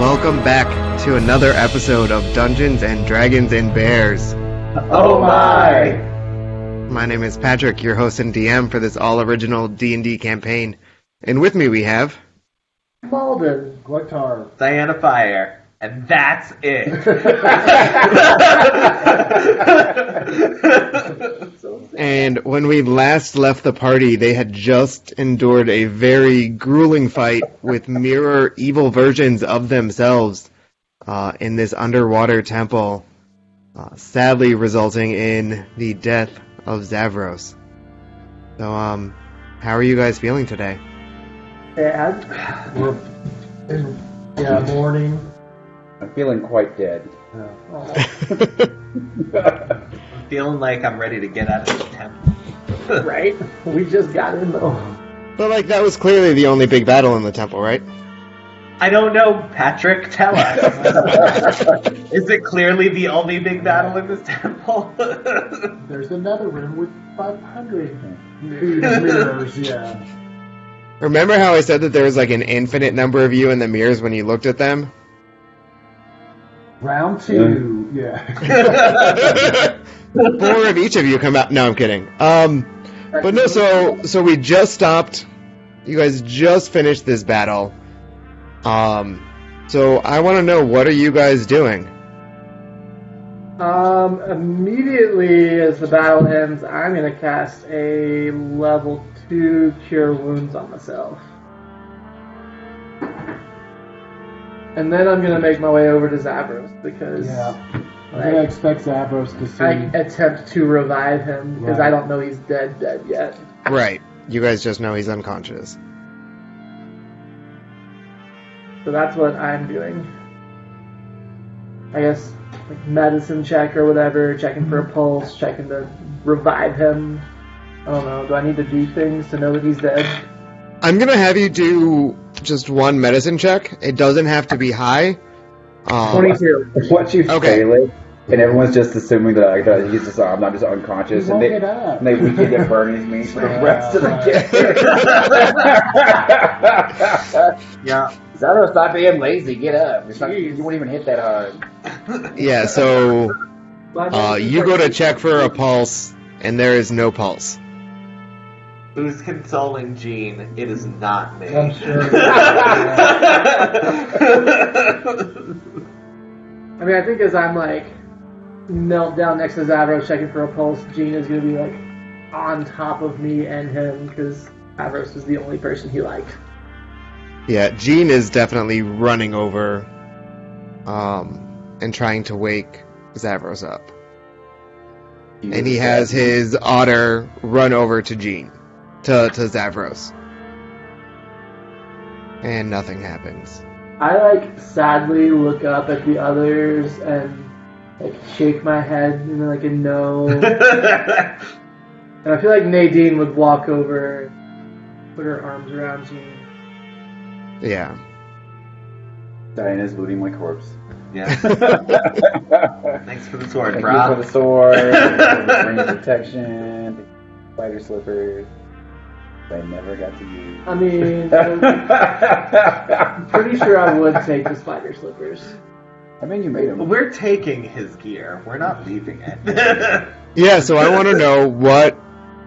welcome back to another episode of Dungeons and Dragons and Bears. Oh my! My name is Patrick, your host and DM for this all-original D&D campaign. And with me we have Malden, Glutar. Diana Fire. And that's it. And when we last left the party, they had just endured a very grueling fight with mirror evil versions of themselves uh, in this underwater temple, uh, sadly resulting in the death of Zavros. So, um, how are you guys feeling today? Dad. We're in yeah, morning. I'm feeling quite dead. Oh, I'm feeling like I'm ready to get out of the temple. right? We just got in though. But like that was clearly the only big battle in the temple, right? I don't know, Patrick, tell us. Is it clearly the only big battle in this temple? There's another room with 500 mirrors, yeah. Remember how I said that there was like an infinite number of you in the mirrors when you looked at them? Round two, yeah. four of each of you come out. No, I'm kidding. Um, but no, so so we just stopped. You guys just finished this battle. Um, so I want to know what are you guys doing? Um, immediately as the battle ends, I'm gonna cast a level two cure wounds on myself. And then I'm gonna make my way over to Zabros because Yeah. I'm like, gonna expect Zabros to I see. attempt to revive him because I Right. don't know he's dead dead yet. Right. You guys just know he's unconscious. So that's what I'm doing. I guess like medicine check or whatever, checking for a pulse, checking to revive him. I don't know. Do I need to do things to know that he's dead? I'm gonna have you do just one medicine check. It doesn't have to be high. Um, Twenty-two. What you Okay. okay. and everyone's just assuming that, like, that he's just um, I'm just unconscious, He and won't they get up. and they weaken at Bernie's me for the Yeah. rest of the game. yeah. Zado's not being lazy. Get up. It's not, Jeez. you won't even hit that hard. yeah. So Well, I uh, think you go to he's- check for a pulse, and there is no pulse. Who's consoling Gene? It is not me. I'm sure. I mean, I think as I'm like knelt down next to Zavros checking for a pulse, Gene is gonna be like on top of me and him because Zavros was the only person he liked. Yeah, Gene is definitely running over um, and trying to wake Zavros up. And he has his otter run over to Gene, to, to Zavros. And nothing happens. I like sadly look up at the others and like shake my head and like a no. and I feel like Nadine would walk over, put her arms around Gene. Yeah. Diana's looting my corpse. yeah. Thanks for the sword, Thank you for bro. the sword, for the protection, spider slippers. I never got to use. I mean, I'm pretty sure I would take the spider slippers. I mean, you made him. We're taking his gear. We're not leaving it. Yeah, so I want to know what.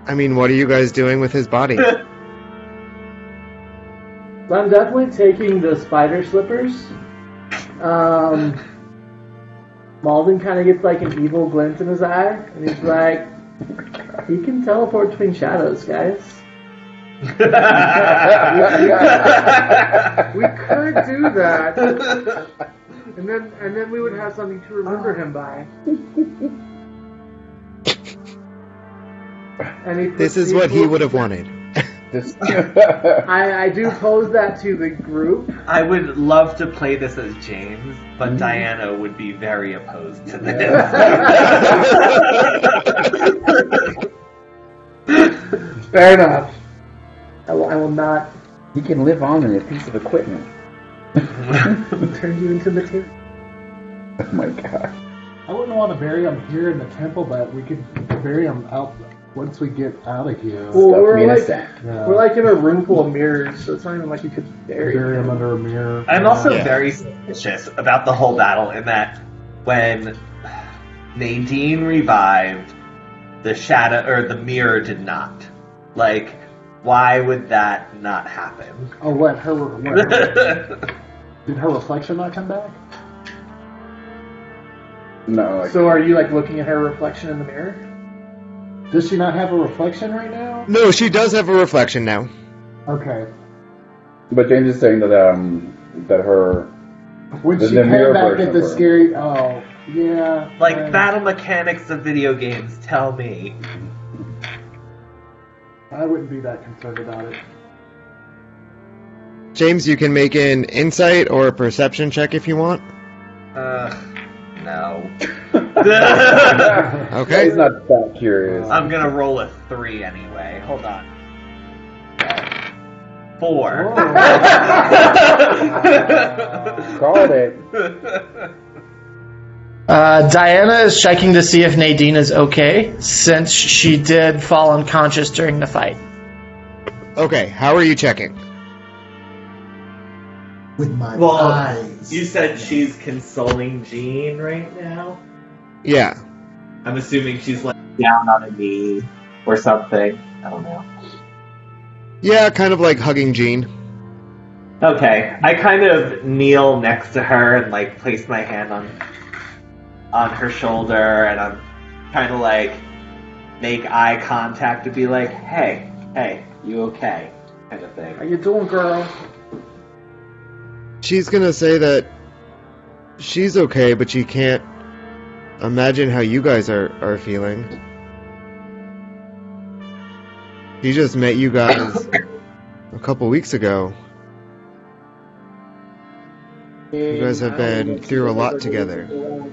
I mean, what are you guys doing with his body? But I'm definitely taking the spider slippers. Um, Malden kind of gets like an evil glint in his eye, and he's like, "He can teleport between shadows, guys. We could do that." And then and then we would have something to remember him by. and he puts This is the- what he would have wanted. Just- I, I do pose that to the group. I would love to play this as James, but Diana would be very opposed to this. Fair enough. I will, I will not he can live on in a piece of equipment. turn you into material. Oh my god. I wouldn't want to bury him here in the temple, but we could bury him out once we get out of here, Well, Stuff we're me in a like- sack. yeah, We're like in a room full of mirrors, so it's not even like you could bury bury him him. under a mirror. I'm also Yeah. very suspicious about the whole battle in that when Nadine revived, the shadow or the mirror did not. Like, why would that not happen? Oh, what? Her, what her- did her reflection not come back? No, like, So are you like looking at her reflection in the mirror? Does she not have a reflection right now? No, she does have a reflection now. Okay. but James is saying that um that her When The- she the came mirror back version at of the her. scary. Oh, yeah. like uh, battle mechanics of video games tell me. I wouldn't be that concerned about it. James, you can make an insight or a perception check if you want. Ugh, no. Okay. he's not that curious. I'm gonna roll a three anyway. Hold on. Four. Called it. Uh, Diana is checking to see if Nadine is okay, since she did fall unconscious during the fight. Okay, how are you checking? With my Well, eyes. you said she's consoling Jean right now. Yeah. I'm assuming she's like down on a knee or something. I don't know. Yeah, kind of like hugging Jean. Okay, I kind of kneel next to her and like place my hand on on her shoulder, and I'm trying to like make eye contact to be like, "Hey, hey, you okay?" kind of How thing. you doing, girl? She's gonna say that she's okay, but she can't imagine how you guys are, are feeling. She just met you guys a couple weeks ago. You guys have been through a lot together.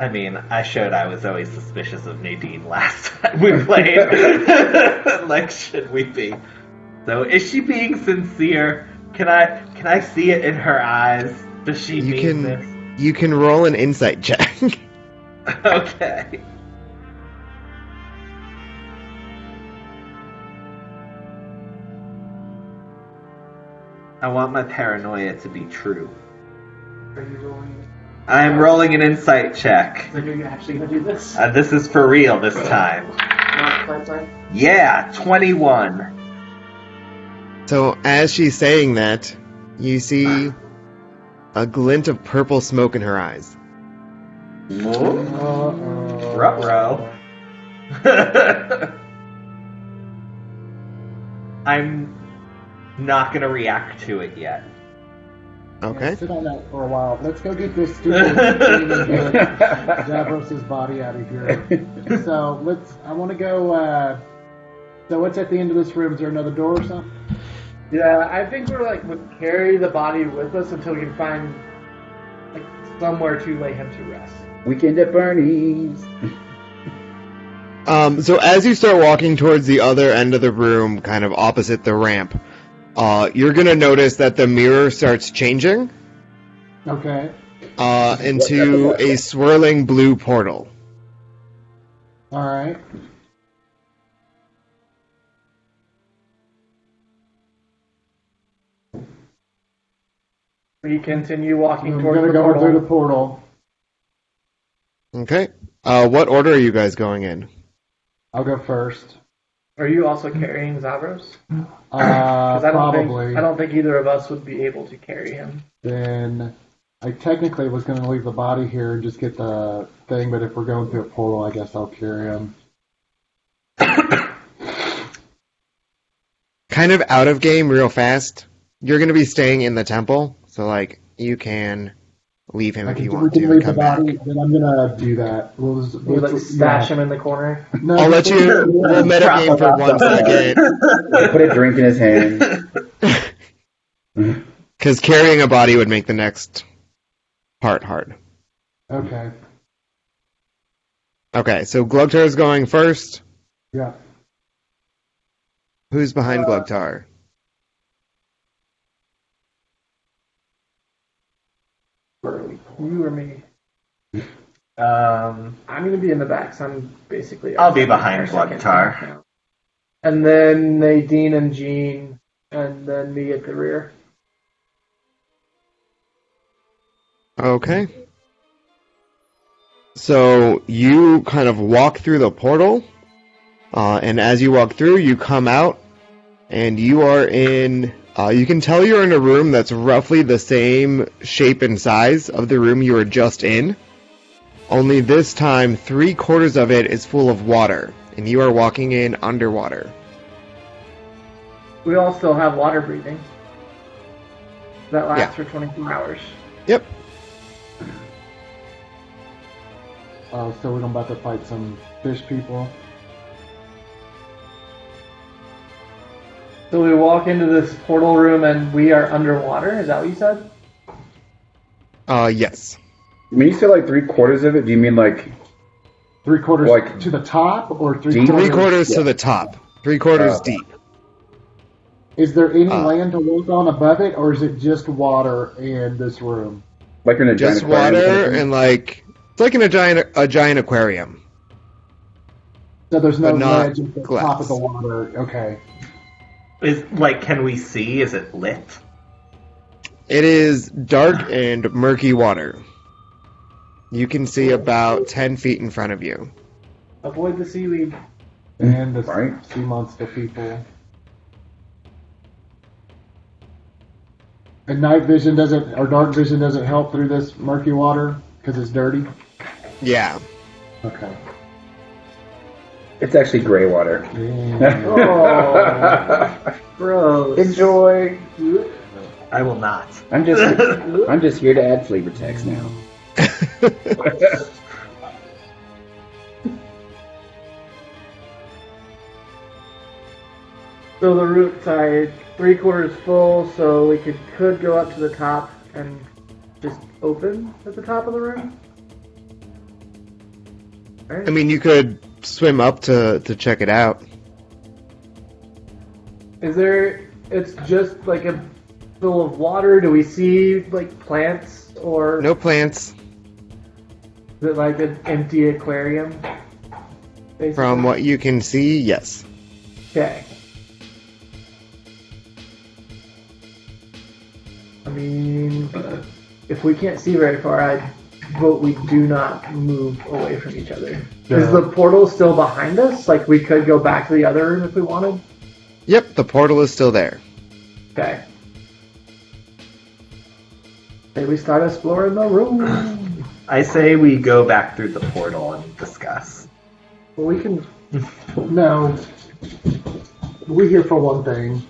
I mean, I showed I was always suspicious of Nadine last time we played. like, should we be? So, is she being sincere? Can I can I see it in her eyes? Does she You mean can- this? You can roll an insight check. Okay. I want my paranoia to be true. Are you rolling? I am rolling an insight check. Like, are you actually gonna do this? Uh, this is for real this time. Not quite right. Yeah, 21. So as she's saying that, you see a glint of purple smoke in her eyes. Uh-oh. Ruh-roh. I'm not gonna react to it yet. Okay. Sit on that for a while. Let's go get this stupid Jabros's body out of here. So let's. I want to go. Uh, so what's at the end of this room? Is there another door or something? Yeah, I think we're like would carry the body with us until we can find like somewhere to lay him to rest. Weekend at Bernie's. Um, so as you start walking towards the other end of the room, kind of opposite the ramp, uh, you're gonna notice that the mirror starts changing Okay. uh, into a swirling blue portal. All right. We continue walking We're towards gonna the Mm, go portal. through the portal. Okay. Uh, what order are you guys going in? I'll go first. Are you also carrying Zavros? Uh, 'Cause I don't probably. think I don't think either of us would be able to carry him. Then I technically was gonna leave the body here and just get the thing, but if we're going through a portal, I guess I'll carry him. Kind of out of game, real fast. You're gonna be staying in the temple, so like you can leave him I if can, you we want to can and leave the come back. body. Then I'm gonna do that. We'll just You like let's- stash yeah. him in the corner. No, I'll let you. We'll metagame for one second. He put a drink in his hand. Because carrying a body would make the next part hard. Okay. Okay, so Glugtar is going first. Yeah. Who's behind Glugtar? You or me? Um, I'm gonna be in the back, so I'm basically. I'll be behind second. Glugtar. And then Nadine and Jean, and then me at the rear. Okay. So you kind of walk through the portal, uh, and as you walk through, you come out, and you are in. Uh, you can tell you're in a room that's roughly the same shape and size of the room you were just in. Only this time, three quarters of it is full of water, and you are walking in underwater. We all still have water breathing. That lasts Yeah. for 24 hours. Yep. Uh, so we're about to fight some fish people. So we walk into this portal room and we are underwater. Is that what you said? Uh, yes. When you say like three quarters of it, do you mean like Three quarters Like- to the top, or three Deep? quarters? Three quarters to Yeah. the top. Three quarters Uh, deep. Is there any Uh, land to walk on above it, or is it just water in this room? like in a Just giant aquarium or water something? and like it's like in a giant a giant aquarium. So there's no But not ledge at the top glass. of the water. Okay. Is like, can we see? Is it lit? It is dark and murky water. You can see about 10 feet in front of you. Avoid the seaweed. Mm, And the Right. sea monster people. And night vision doesn't, or dark vision doesn't help through this murky water because it's dirty. Yeah. Okay. It's actually gray water. Yeah. Oh. Gross. Enjoy. I will not. I'm just I'm just here to add flavor text now. So the root's are three quarters full, so we could could go up to the top and just open at the top of the room. I mean, you could swim up to, to check it out. Is there? It's just like a full of water. Do we see like plants or No plants is it like an empty aquarium? Basically? from what you can see. Yes. Okay. I mean, if we can't see very far, I vote we do not move away from each other. Yeah. Is the portal still behind us? Like we could go back to the other room if we wanted. Yep, the portal is still there. Okay. Maybe we start exploring the room. I say we go back through the portal and discuss. Well, we can. no. We're here for one thing.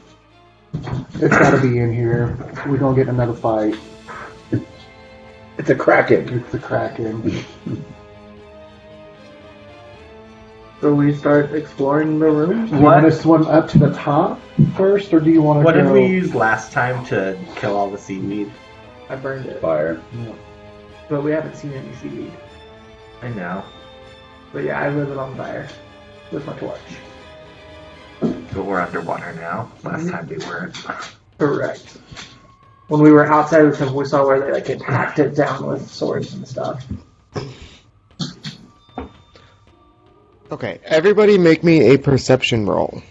It's got to be in here. We're going to get another fight. It's a kraken. It's the Kraken. So we start exploring the room. Do you want to swim up to the top first, or do you want to What go? did we use last time to kill all the seaweed? I burned it, Fire. No. but we haven't seen any seaweed. I know, But yeah, I lit it on fire with my torch. but we're underwater now. Last time we weren't. Correct. When we were outside of the temple, we saw where they like had hacked it down with swords and stuff. Okay, everybody make me a perception roll.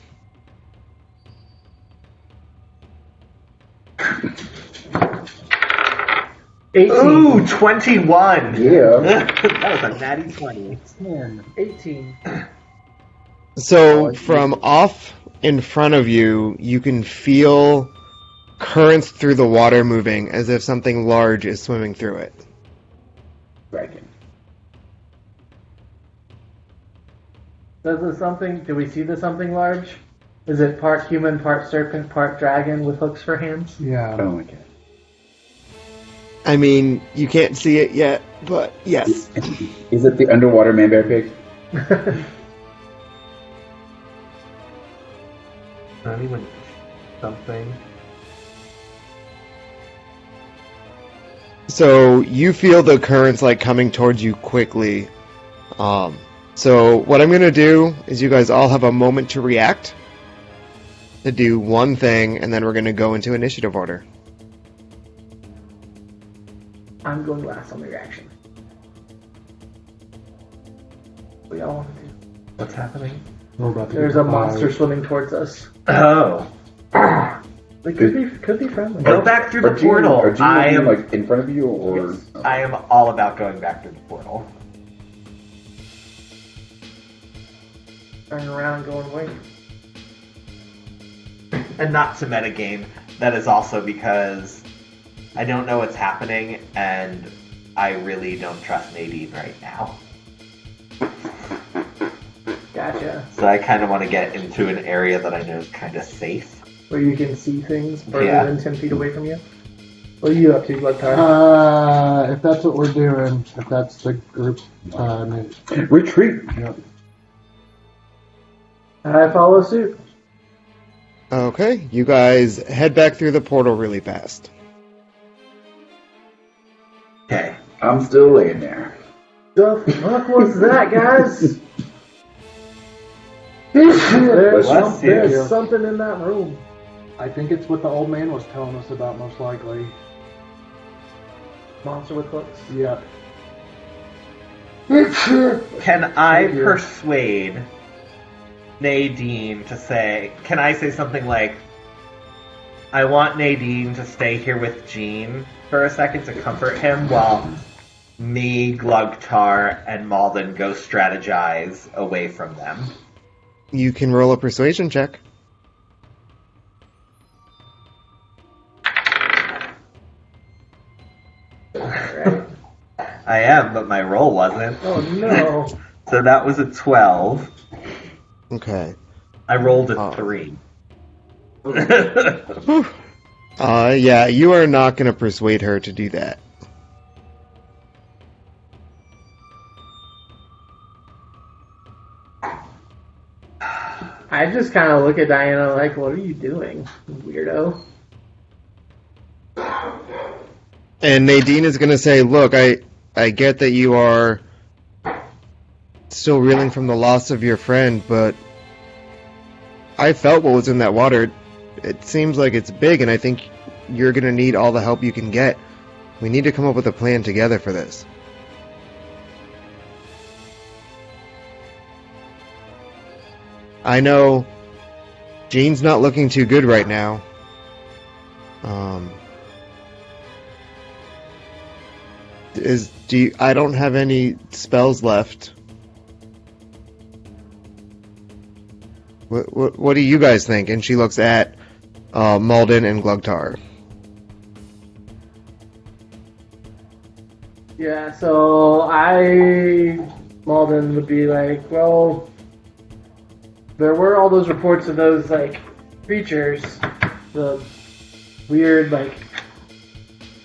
Eighteen. Ooh, 21! Yeah. that was a natty 20. Man, 18. So, from off in front of you, you can feel currents through the water moving as if something large is swimming through it. Kraken. Does the something? Do we see the something large? Is it part human, part serpent, part dragon with hooks for hands? yeah. Oh my god. I mean, you can't see it yet, but yes. Is it the underwater man bear pig? Not even something. So you feel the currents like coming towards you quickly. Um, so what I'm gonna do is you guys all have a moment to react, to do one thing, and then we're gonna go into initiative order. I'm going last on the reaction. We all want What's happening? We're about to There's get a monster fired. swimming towards us. Oh. They could be, could be friendly. Go back through Or the do you- portal. or do you I mean, am like in front of you, or I am all about going back through the portal. Turning around, going away. And not to metagame. That is also because I don't know what's happening and I really don't trust Nadine right now. Gotcha. So I kind of want to get into an area that I know is kind of safe. Where you can see things further Yeah. than 10 feet away from you. What are you up to, Bloodcar? Uh, if that's what we're doing, if that's the group, uh, I mean, retreat. yeah. I follow suit. Okay, you guys head back through the portal really fast. Okay. I'm still laying there. The fuck was that, guys? There's, Bless some- you. there's something in that room. I think it's what the old man was telling us about, most likely. Monster with hooks. Yep. Can I Thank you. persuade Nadine to say, can I say something like, I want Nadine to stay here with Jean for a second to comfort him while me, Glugtar, and Malden go strategize away from them? You can roll a persuasion check. I am, but my roll wasn't. Oh no. So that was a 12. Okay. I rolled a Oh. 3. Whew. Uh, yeah, you are not going to persuade her to do that. I just kind of look at Diana like, what are you doing, weirdo? And Nadine is going to say, "Look, I I get that you are still reeling from the loss of your friend, but I felt what was in that water. It seems like it's big and I think you're going to need all the help you can get. We need to come up with a plan together for this." I know Jean's not looking too good right now. Um, is do you, I don't have any spells left. What, what, what do you guys think? And she looks at uh, Malden and Glugtar. Yeah, so I, Malden would be like, well, there were all those reports of those, like, creatures. The weird, like,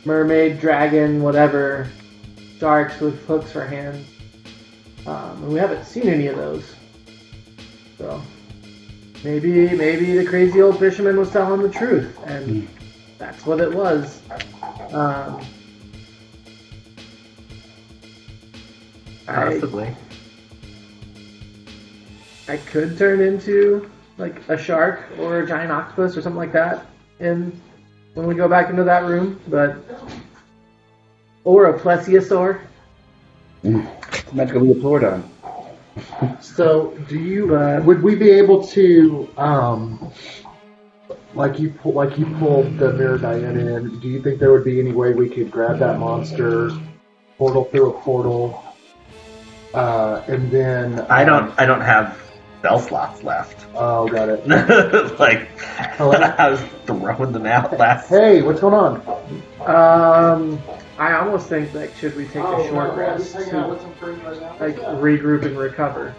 mermaid, dragon, whatever, sharks with hooks for hands. Um, and we haven't seen any of those. So, maybe, maybe the crazy old fisherman was telling the truth, and that's what it was. Um, I- I could turn into like a shark or a giant octopus or something like that and when we go back into that room, but or a plesiosaur. It's magical leopardon. So, do you? But- would we be able to, um, like you, pull, like you pulled the mirror Diana in? Do you think there would be any way we could grab that monster, portal through a portal, uh, and then? I don't I don't have spell slots left. Oh, got it. like Hello? I was throwing them out last. Hey, what's going on? Um, I almost think like should we take Oh, a short rest to like regroup and recover?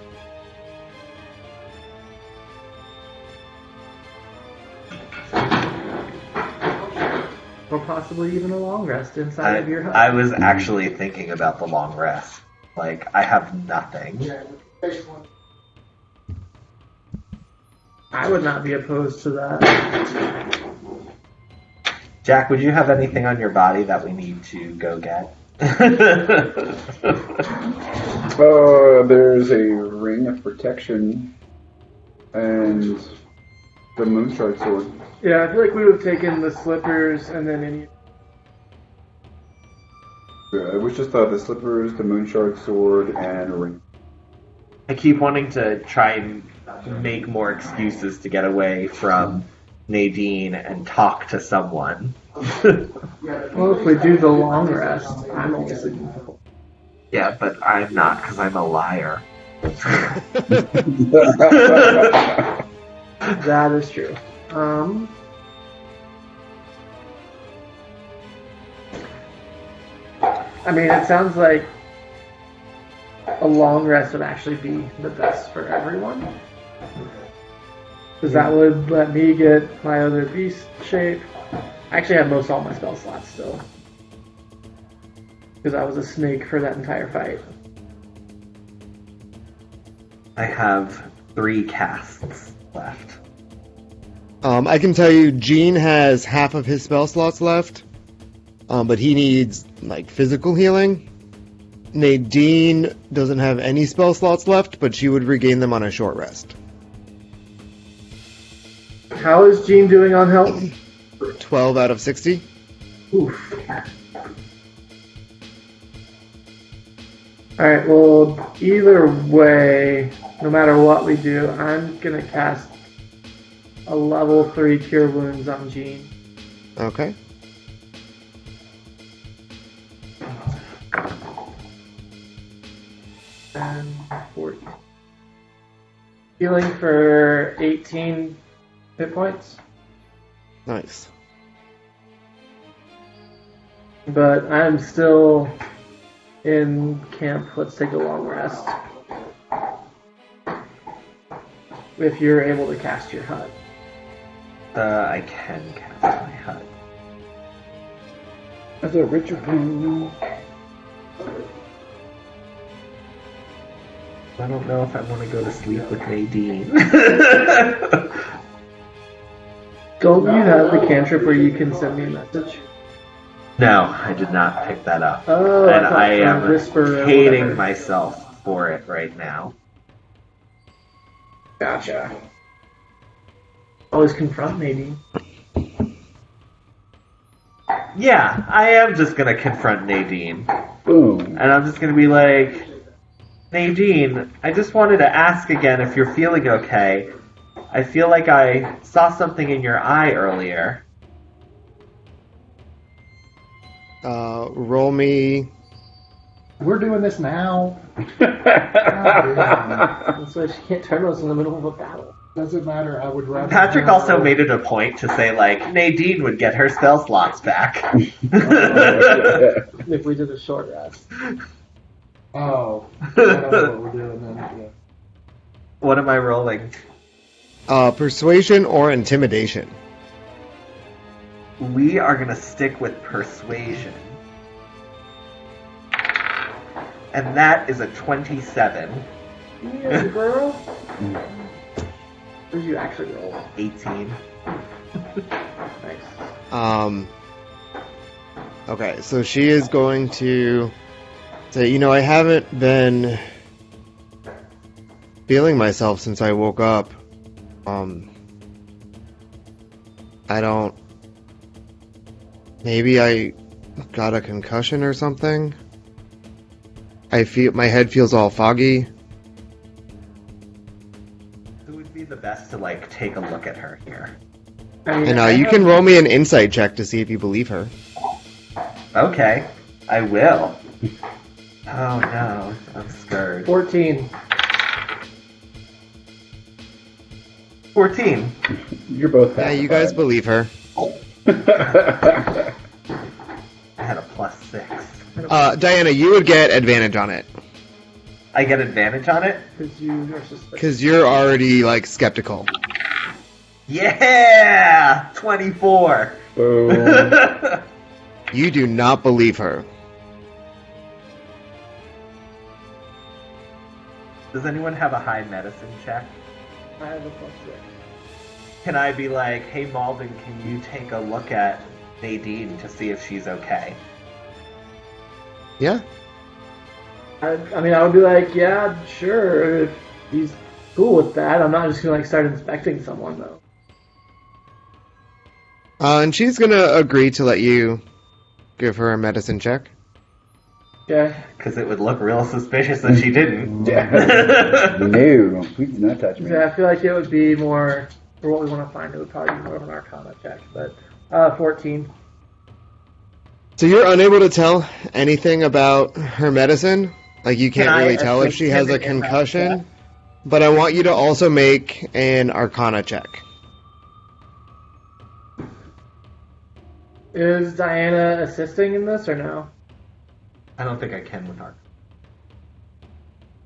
Or possibly even a long rest inside I, of your hut. I was actually thinking about the long rest. Like I have nothing. I would not be opposed to that. Jack, would you have anything on your body that we need to go get? Uh, there's a ring of protection and the moonstrike sword. Yeah, I feel like we would have taken the slippers and then any. Yeah, it was just uh, the slippers, the moonstrike sword, and a ring. I keep wanting to try and make more excuses to get away from Nadine and talk to someone. Well, if we do the long rest, I'm only sleeping. yeah, but I'm not because I'm a liar. That is true. Um. I mean, it sounds like a long rest would actually be the best for everyone. Because that would let me get my other beast shape. I actually have most all my spell slots still. Because I was a snake for that entire fight. I have three casts left. Um, I can tell you, Gene has half of his spell slots left, um, but he needs like physical healing. Nadine doesn't have any spell slots left, but she would regain them on a short rest. How is Gene doing on health? Twelve out of sixty. Oof. Alright, well, either way, no matter what we do, I'm gonna cast a level 3 Cure Wounds on Gene. Okay. And 40. Healing for 18 hit points, Nice. but I'm still in camp. Let's take a long rest. If you're able to cast your hut. Uh, I can cast my hut. As a Richard Boone. I don't know if I want to go to sleep with Nadine. Don't you have the cantrip where you can send me a message? no, I did not pick that up. Oh, and thought I it was am whisper or hating whatever. myself for it right now. Gotcha. Always confront, maybe. Yeah, I am just gonna confront Nadine. Boom. And I'm just gonna be like, Nadine, I just wanted to ask again if you're feeling okay. I feel like I saw something in your eye earlier. Uh, roll me. We're doing this now. That's why she can't turn us in the middle of a battle. Doesn't matter. I would rather. Patrick also made it a point to say, like, Nadine would get her spell slots back. If we did a short rest. Oh, I don't know what we're doing then. Yeah. what am I rolling? Uh, persuasion or intimidation. We are going to stick with persuasion. And that is a 27. Yeah, girl. What did you actually roll? 18. Nice. Um, okay, so she is going to say, you know, I haven't been feeling myself since I woke up. Um, I don't. Maybe I got a concussion or something. I feel my head feels all foggy. It would be the best to, like, take a look at her here. I mean, And uh, I you have- can roll me an insight check to see if you believe her. Okay, I will. Oh no, I'm scared. 14. 14. You're both. Yeah, you guys believe her. pacified. I had a plus 6. Uh, Diana, you would get advantage on it. I get advantage on it? Because you are suspicious. Because you're already like skeptical. Yeah! 24. Boom. You do not believe her. Does anyone have a high medicine check? I have a plus six. Can I be like, hey Malden, can you take a look at Nadine to see if she's okay? Yeah. I, I mean, I would be like, yeah, sure, if he's cool with that. I'm not just gonna like start inspecting someone though. Uh, and she's gonna agree to let you give her a medicine check. Okay. because it would look real suspicious that she didn't. Yeah. no, please do not touch me. Yeah, I feel like it would be more for what we want to find. It would probably be more of an Arcana check, but uh, fourteen. So you're unable to tell anything about her medicine? Like you can't Can I really tell if she has a ascertain that? concussion? But I want you to also make an arcana check. Is Diana assisting in this or no? I don't think I can with her.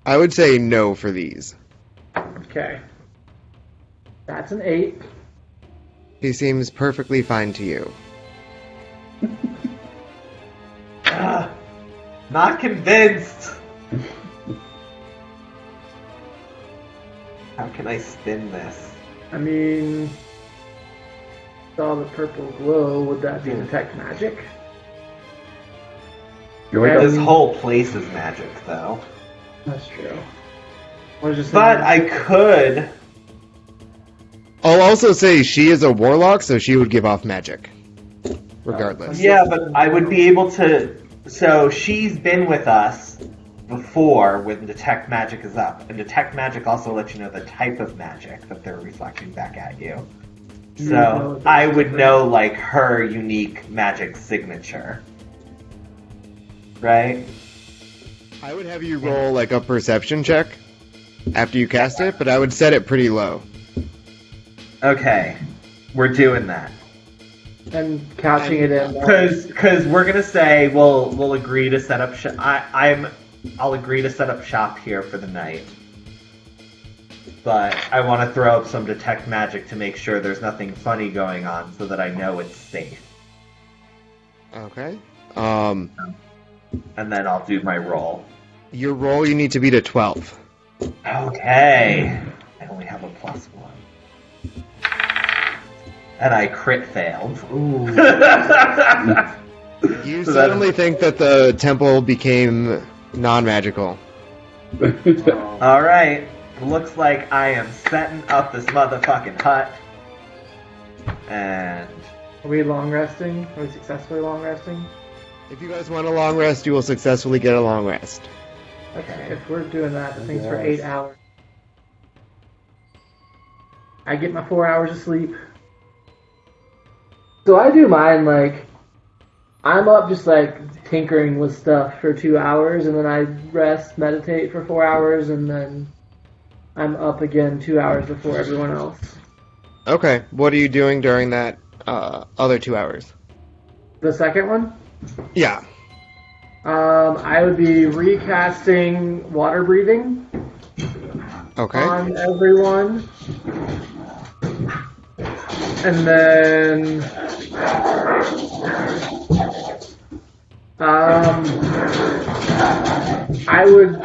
I would say no for these. Okay. That's an eight. She seems perfectly fine to you. Ah, not convinced. How can I spin this? I mean, saw the purple glow. Would that be detect magic? You wake This up- whole place is magic, though. That's true. What is But I could. I'll also say she is a warlock, so she would give off magic. Regardless. Yeah, but I would be able to. So she's been with us before when detect magic is up, and detect magic also lets you know the type of magic that they're reflecting back at you. no, So it's I would know like her unique magic signature, right? I would have you roll like a perception check after you cast it, but I would set it pretty low. Okay, we're doing that and couching it in. because because we're gonna say we'll we'll agree to set up. Sh- I I'm I'll agree to set up shop here for the night, but I want to throw up some detect magic to make sure there's nothing funny going on, so that I know it's safe, Okay. Um and then I'll do my roll. your roll you need to beat a twelve. Okay, I only have a plus one, and I crit failed. Ooh. You So that- suddenly think that the temple became non-magical. All right. Looks like I am setting up this motherfucking hut. And Are we long resting? Are we successfully long resting? If you guys want a long rest, you will successfully get a long rest. Okay, if we're doing that, the thing's for guess. eight hours. I get my four hours of sleep. So I do mine like I'm up just like tinkering with stuff for two hours, and then I rest, meditate for four hours, and then I'm up again two hours before everyone else. Okay. What are you doing during that uh, other two hours? The second one, Yeah. um, I would be recasting water breathing. Okay. Um, on everyone. And then um I would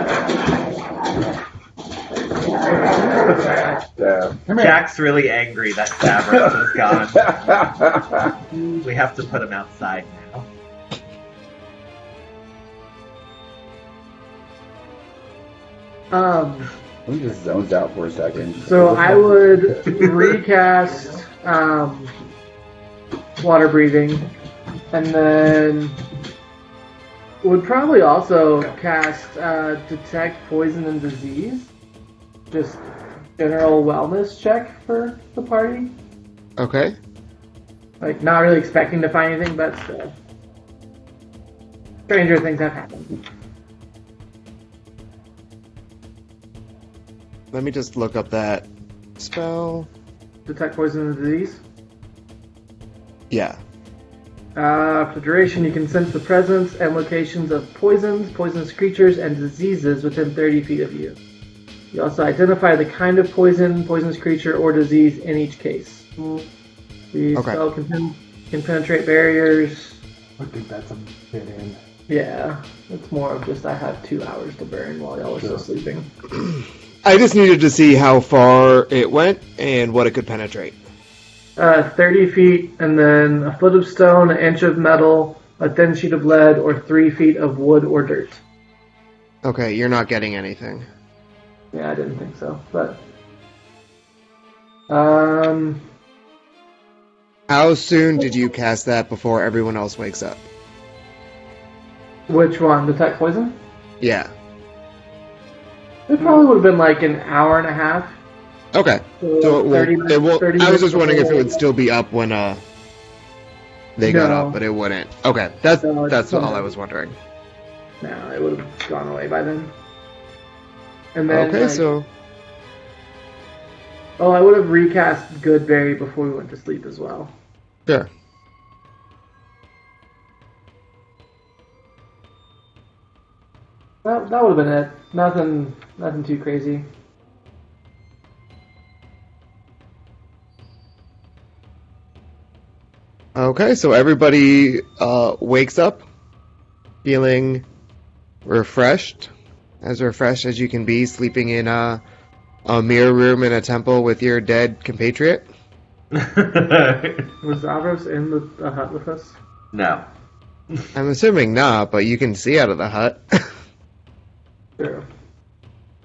So. Jack's really angry that Davros is gone. We have to put him outside now. um we just zoned out for a second. so I would recast um water breathing and then would probably also cast uh, detect poison and disease just general wellness check for the party Okay. like not really expecting to find anything but still stranger things have happened Let me just look up that spell. detect poison and disease Yeah. Uh, for duration, you can sense the presence and locations of poisons, poisonous creatures, and diseases within 30 feet of you. You also identify the kind of poison, poisonous creature, or disease in each case. The Okay. spell can, pen- can penetrate barriers. I think that's a bit in. Yeah, it's more of just I have two hours to burn while y'all are still sleeping. I just needed to see how far it went and what it could penetrate. Uh, 30 feet, and then a foot of stone, an inch of metal, a thin sheet of lead, or three feet of wood or dirt. Okay, you're not getting anything. Yeah, I didn't think so, but um, How soon did you cast that before everyone else wakes up? Which one? Detect poison? Yeah. Hmm. It probably would have been like an hour and a half. Okay. So it thirty will. minutes- It will. thirty I was minutes just wondering if it before- would still be up when uh they got No. up, but it wouldn't. Okay, that's No, it's that's all fine. I was wondering. No, it would have gone away by then. And then, Okay, like- so oh, I would have recast Goodberry before we went to sleep as well. sure. That, that would have been it. Nothing, nothing too crazy. Okay, so everybody uh, wakes up feeling refreshed, as refreshed as you can be, sleeping in a, a mirror room in a temple with your dead compatriot. Was Zavros in the, the hut with us? no. I'm assuming not, but you can see out of the hut. True.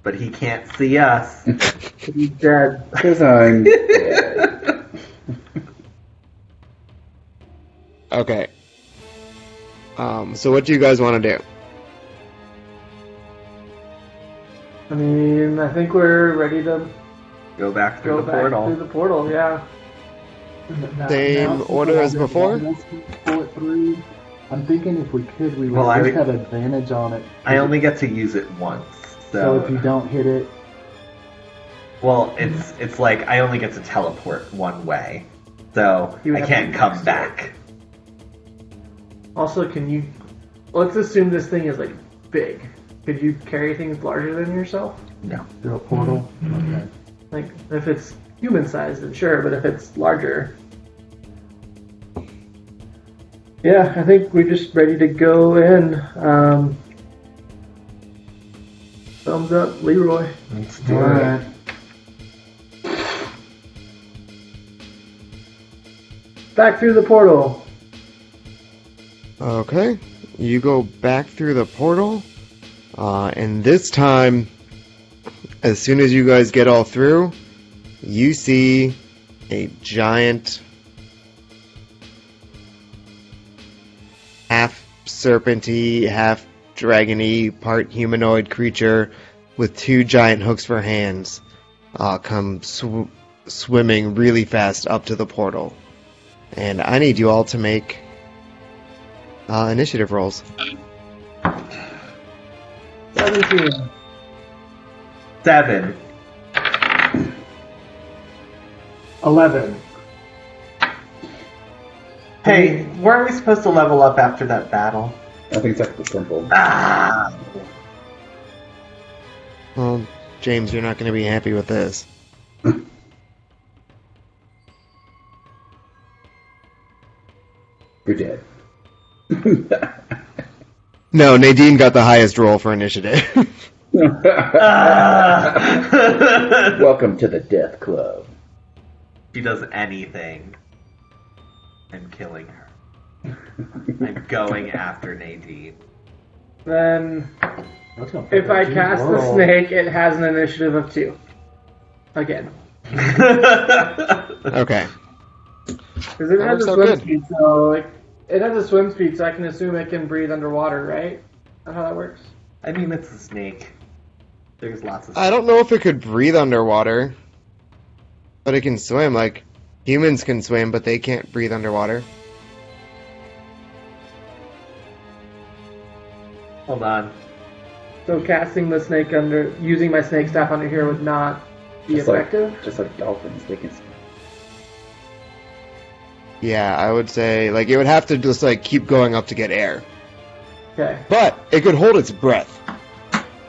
But he can't see us. He's dead. Because I'm. okay. Um, so what do you guys want to do? I mean, I think we're ready to Go back through go the back through portal. the portal. Yeah. Now- Same now since order we're as already before? let's pull it through. I'm thinking if we could, we would Well, I just re- have advantage on it. I only get to use it once. So So, if you don't hit it, well, it's it's like I only get to teleport one way. So You I have can't to come back. Also, can you? Let's assume this thing is like big. Could you carry things larger than yourself? No. through a portal. Okay. Like, if it's human sized, then sure, but if it's larger. Yeah, I think we're just ready to go in. Um, thumbs up, Leroy. Let's All do it. right. Back through the portal. Okay, you go back through the portal, uh, and this time, as soon as you guys get all through, you see a giant half serpenty, half dragony, part humanoid creature with two giant hooks for hands uh, come sw- swimming really fast up to the portal. And I need you all to make uh, initiative rolls. 17. Seven. Eleven. Hey, weren't we supposed to level up after that battle? I think it's actually simple. Ah! Well, James, you're not going to be happy with this. You're dead. No, Nadine got the highest roll for initiative. Ah! Welcome to the Death Club. she does anything. I'm killing her. I'm going after Nadine. Then, That's gonna if fuck I up cast James' the roll. snake, it has an initiative of 2. Again. okay. Because it That works has a out swim good. speed, so like it has a swim speed, so I can assume it can breathe underwater, right? Is that how that works? I mean, it's a snake. There's lots of. I don't know if it could breathe underwater, but it can swim. Like, humans can swim, but they can't breathe underwater. Hold on. So casting the snake under, using my snake staff under here would not be Just like, effective. just like dolphins, they can. Yeah, I would say, like, it would have to just, like, keep going up to get air. Okay. But it could hold its breath.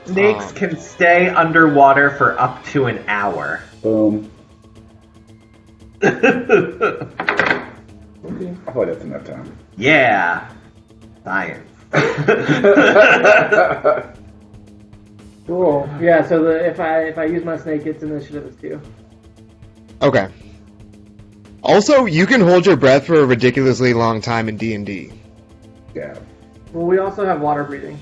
Snakes Um, can stay underwater for up to an hour. Boom. okay. I thought that's enough time. yeah. Science. Cool. Yeah. So the, if I if I use my snake, its initiative is two. Okay. Also, you can hold your breath for a ridiculously long time in D&D. yeah. Well, we also have water breathing.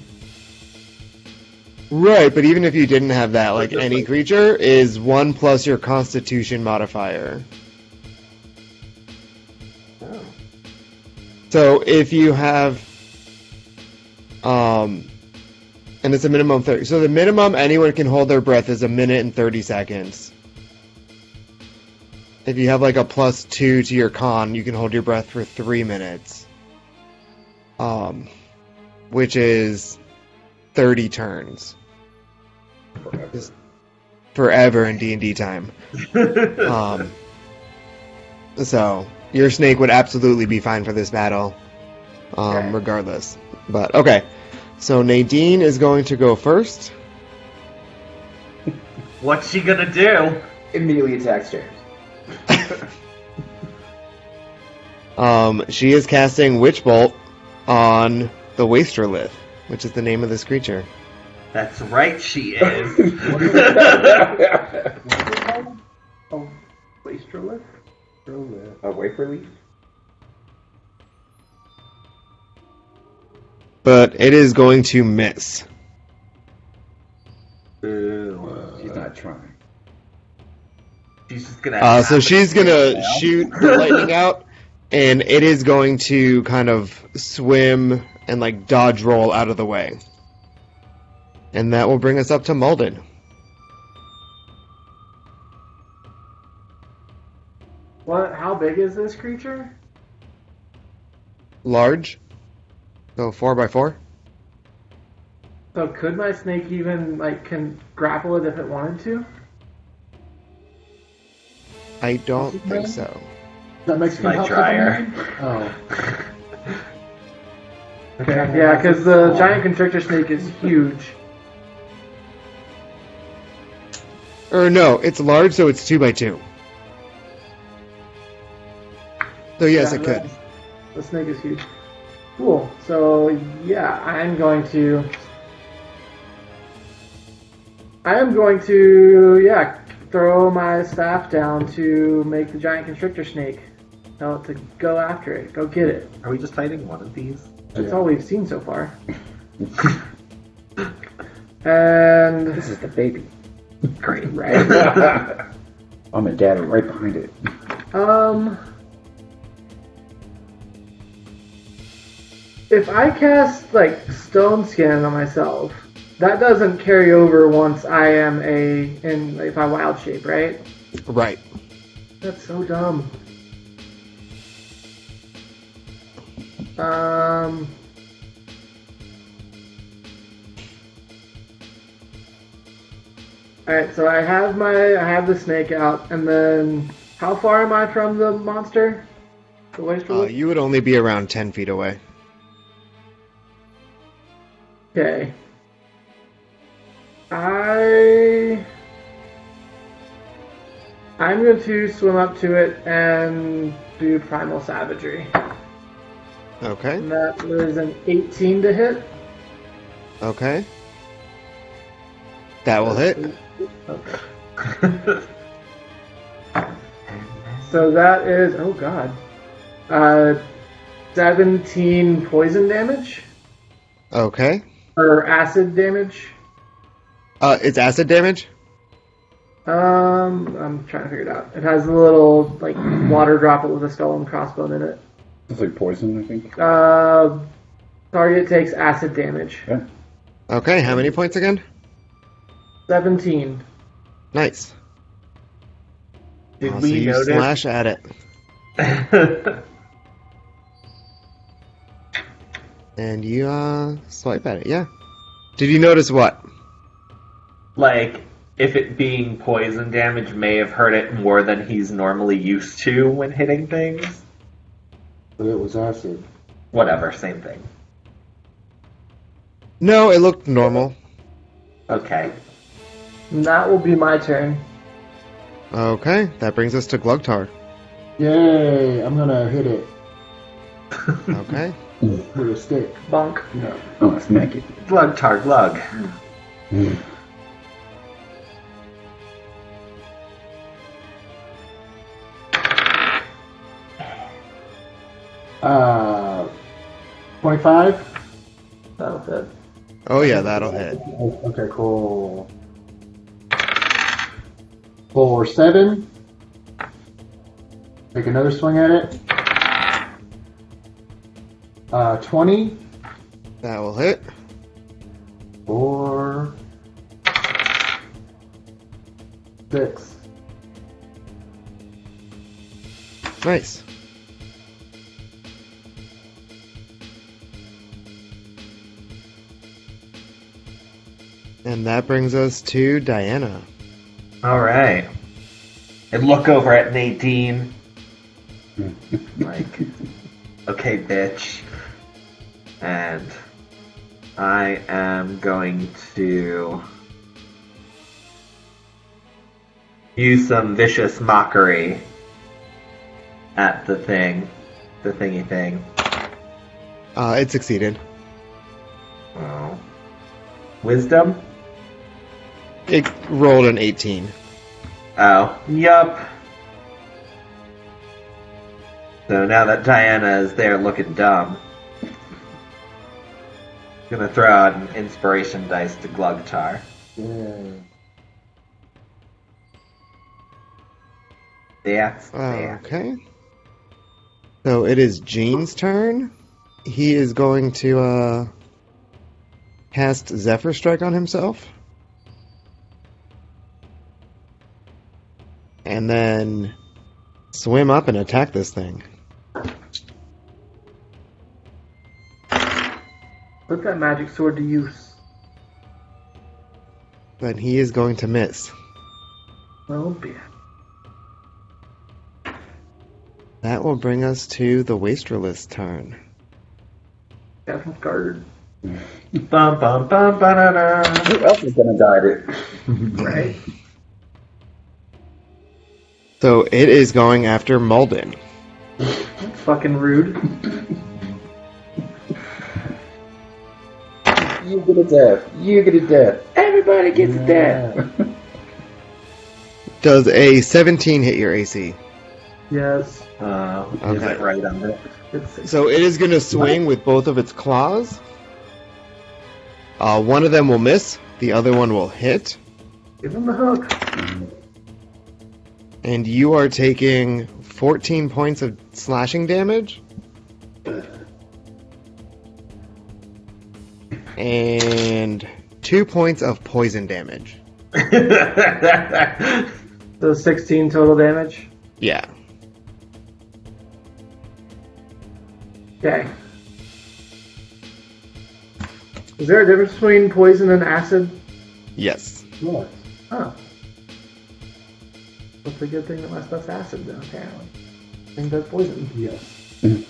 Right, but even if you didn't have that, like any creature is one plus your Constitution modifier. Oh. So if you have Um, and it's a minimum 30. So the minimum anyone can hold their breath is a minute and 30 seconds. If you have like a plus two to your con, you can hold your breath for three minutes. Um, which is 30 turns. Just forever in D&D time. um, so your snake would absolutely be fine for this battle, um, Okay. regardless. But okay, so Nadine is going to go first. What's she gonna do? Immediately attacks James. Um, she is casting Witch Bolt on the Wasterlith, which is the name of this creature. That's right, she is. Oh, wastreless? Wastreless. A wafer leaf? But it is going to miss. Ooh. She's not trying. She's just gonna. Uh, so she's gonna shoot the lightning out, and it is going to kind of swim and like dodge roll out of the way. And that will bring us up to Malden. What? How big is this creature? Large. So four by four. So could my snake even like can grapple it if it wanted to? I don't think so. That Mexican my hot pepper dryer. man? Oh. Okay. Yeah, because the giant constrictor snake is huge. Or no, it's large, so it's two by two. So yes, Yeah, it could. the- The snake is huge. Cool. So yeah, I'm going to. I am going to yeah throw my staff down to make the giant constrictor snake. Tell it to go after it. Go get it. Are we just fighting one of these? That's all we've seen so far. and This is the baby. Great. right. I'm gonna dab it Oh, right behind it. Um. If I cast like stone skin on myself, that doesn't carry over once I am a in if I wild shape, right? Right. Uh, That's so dumb. Um. All right, so I have my I have the snake out, and then how far am I from the monster? The wastrel. Uh, you would only be around ten feet away. Okay. I. I'm going to swim up to it and do primal savagery. Okay. And that was an 18 to hit. Okay. That will hit. Okay. Uh, So that is, oh god, uh, 17 poison damage Okay. or acid damage. Uh, it's acid damage. Um, I'm trying to figure it out. It has a little like water droplet with a skull and crossbone in it. It's like poison, I think. Uh, target takes acid damage. Yeah. Okay. How Mm-hmm. many points again? 17. Nice. Did Uh, so we you notice? slash at it, and you uh, swipe at it. Yeah. Did you notice what? like, if it being poison damage may have hurt it more than he's normally used to when hitting things? But it was acid. Whatever, same thing. No, it looked normal. Okay. And that will be my turn. Okay. That brings us to Glugtar. Yay! I'm gonna hit it Okay. with a stick. Bonk. No. Oh, it's naked. Glug tar glug. Uh, 25? That'll fit. Oh yeah, that'll hit. Okay, cool. Four, seven. Take another swing at it. Uh, 20. That will hit. Four. Six. Nice. And that brings us to Diana. All right. I look over at Nadine. like, okay, bitch. And I am going to use some vicious mockery at the thing, the thingy thing. Uh, it succeeded. Oh. Wisdom? It rolled an 18. Oh, yup. So now that Diana is there looking dumb, gonna throw out an inspiration dice to Glugtar. That's that. Okay. So it is Gene's turn. He is going to uh, cast Zephyr Strike on himself. And then swim up and attack this thing. Put that magic sword to use. Then he is going to miss. Oh, yeah. That will bring us to the Wastreless turn. Devil's guard. Bum, bum, bum, ba-da-da. Who else is gonna die to? Right? So it is going after Malden. That's fucking rude. You get a death. You get a death. Everybody gets dead. Does a 17 hit your AC? Yes. Uh, Is Okay. it right on it? It's So it is going to swing with both of its claws. Uh, one of them will miss, the other one will hit, give him the hook. and you are taking 14 points of slashing damage. And two points of poison damage. So 16 total damage. Yeah. Okay. Is there a difference between poison and acid? Yes. Yes. Huh. That's a good thing that my stuff's acid, then, apparently. I think that's poison. Yes. you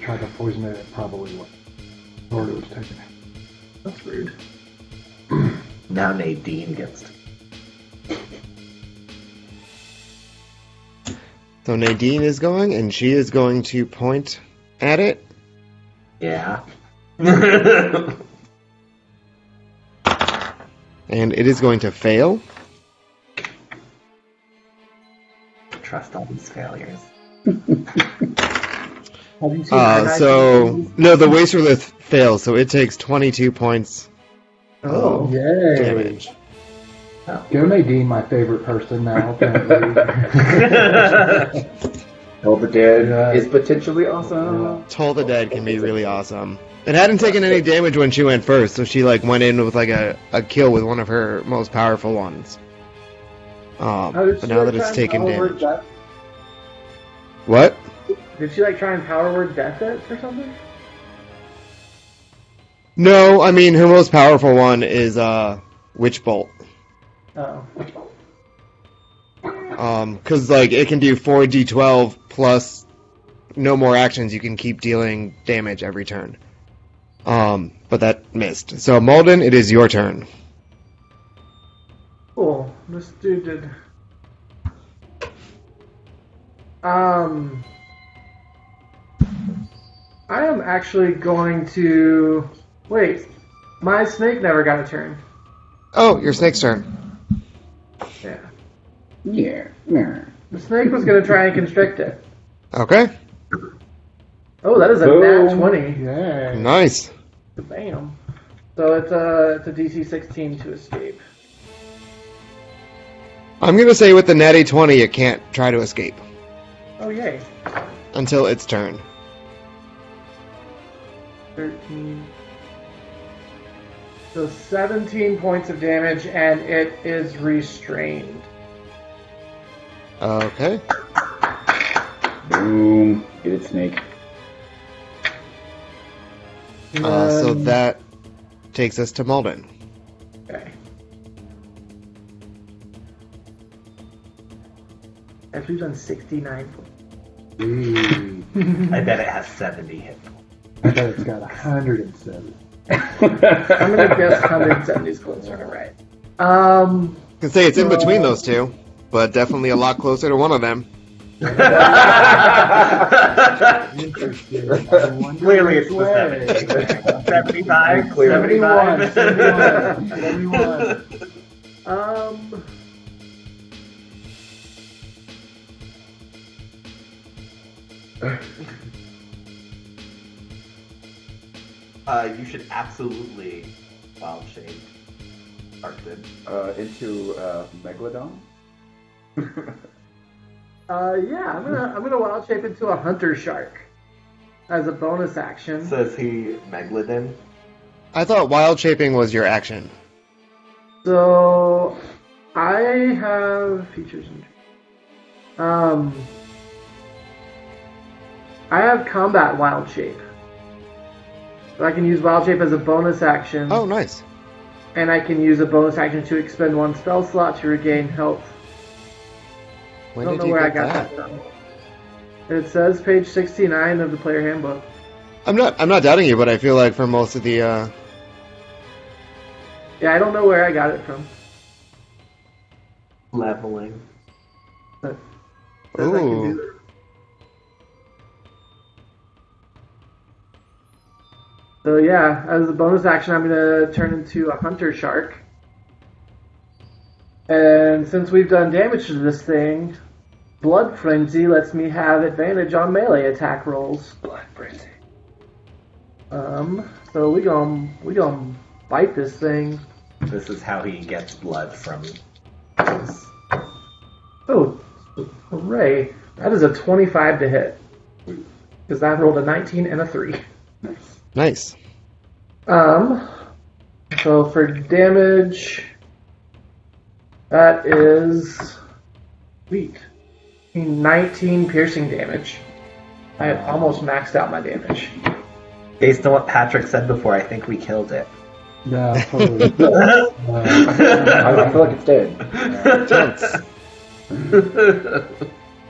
tried to poison it, it probably would. Or it was taken out. That's rude. Now Nadine gets to. So Nadine is going, and she is going to point at it. Yeah. and it is going to fail. Trust all these failures. Have you seen Uh, so no, the Wasterlith fails, so it takes 22 points Oh. Yay! damage. Go Nadine, my favorite person now, apparently. All the dead Yeah. is potentially awesome. Toll the Dead can be really awesome. It hadn't taken any damage when she went first, so she like went in with like a, a kill with one of her most powerful ones. Um, Oh, did but she, now like, that it's try and taken power damage, word what? death- Did she, like, try and power word death it or something? No, I mean her most powerful one is uh, Witch Bolt. Oh. Um, cause like it can do four d12 plus no more actions. You can keep dealing damage every turn. Um, but that missed. So Malden, it is your turn. Cool. This dude did. Um. I am actually going to. Wait. My snake never got a turn. Oh, your snake's turn. Yeah. Yeah. yeah. The snake was going to try and constrict it. Okay, Oh, that is a nat Boom. 20. Yay! nice. Bam. So it's a, it's a DC 16 to escape. I'm gonna say with the natty twenty, it can't try to escape Oh, yay. until its turn. 13. So 17 points of damage, and it is restrained. Okay. Boom. Get it, snake. Uh, so Um, that takes us to Malden. Okay. If we've done 69 points. Ooh, I bet it has 70 hit points. I bet it's got 107. I'm gonna guess 170 is closer to right. Um, You can say it's in between those two, but definitely a lot closer to one of them. Interesting. I wonder Clearly which it's the way. 75? Clearly. 75? 71, 71. um. Uh, you should absolutely wild shape Arctic. uh, into uh, Megalodon? Uh, yeah, I'm gonna I'm gonna wild shape into a hunter shark as a bonus action. So is he Megalodon? I thought wild shaping was your action. So I have features and um I have combat wild shape. So I can use wild shape as a bonus action Oh, nice. and I can use a bonus action to expend one spell slot to regain health. When I don't did know you where I get got that, from. It says page 69 of the player handbook. I'm not. I'm not doubting you, but I feel like for most of the uh, Yeah, I don't know where I got it from. Leveling. But it says I can do ooh, that. So yeah, as a bonus action, I'm gonna turn into a hunter shark. And since we've done damage to this thing, blood frenzy lets me have advantage on melee attack rolls. Blood frenzy. Um, so we gon' we gon' bite this thing. This is how he gets blood from. Oh, hooray! That is a 25 to hit because I rolled a 19 and a three. nice. Um, so for damage, that is sweet. 19 piercing damage. I have almost maxed out my damage. Based on what Patrick said before, I think we killed it. No, totally. Uh, I, I feel like it's dead. I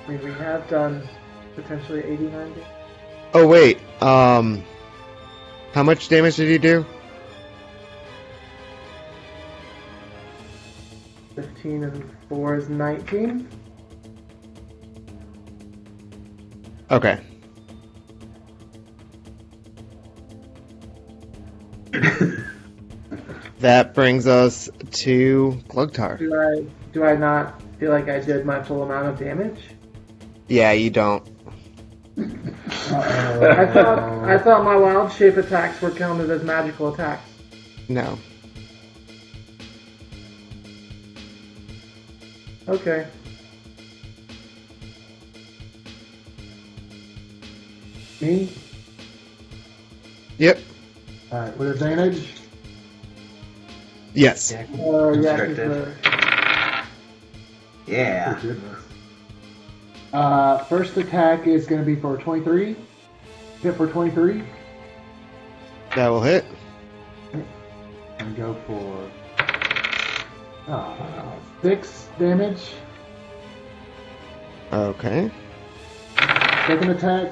mean, we have done potentially 89 damage. Oh wait. Um, how much damage did you do? 15 and 4 is 19. Okay. that brings us to Glugtar. Do I, do I not feel like I did my full amount of damage? Yeah, you don't. I thought, I thought my wild shape attacks were counted as magical attacks. No. Okay. me? Yep. Alright, with advantage? Yes. Uh, yeah, 'cause Restricted. the- Yeah. Goodness. Uh, first attack is going to be for 23. Hit for 23. That will hit. And go for uh, 6 damage. Okay. Second attack.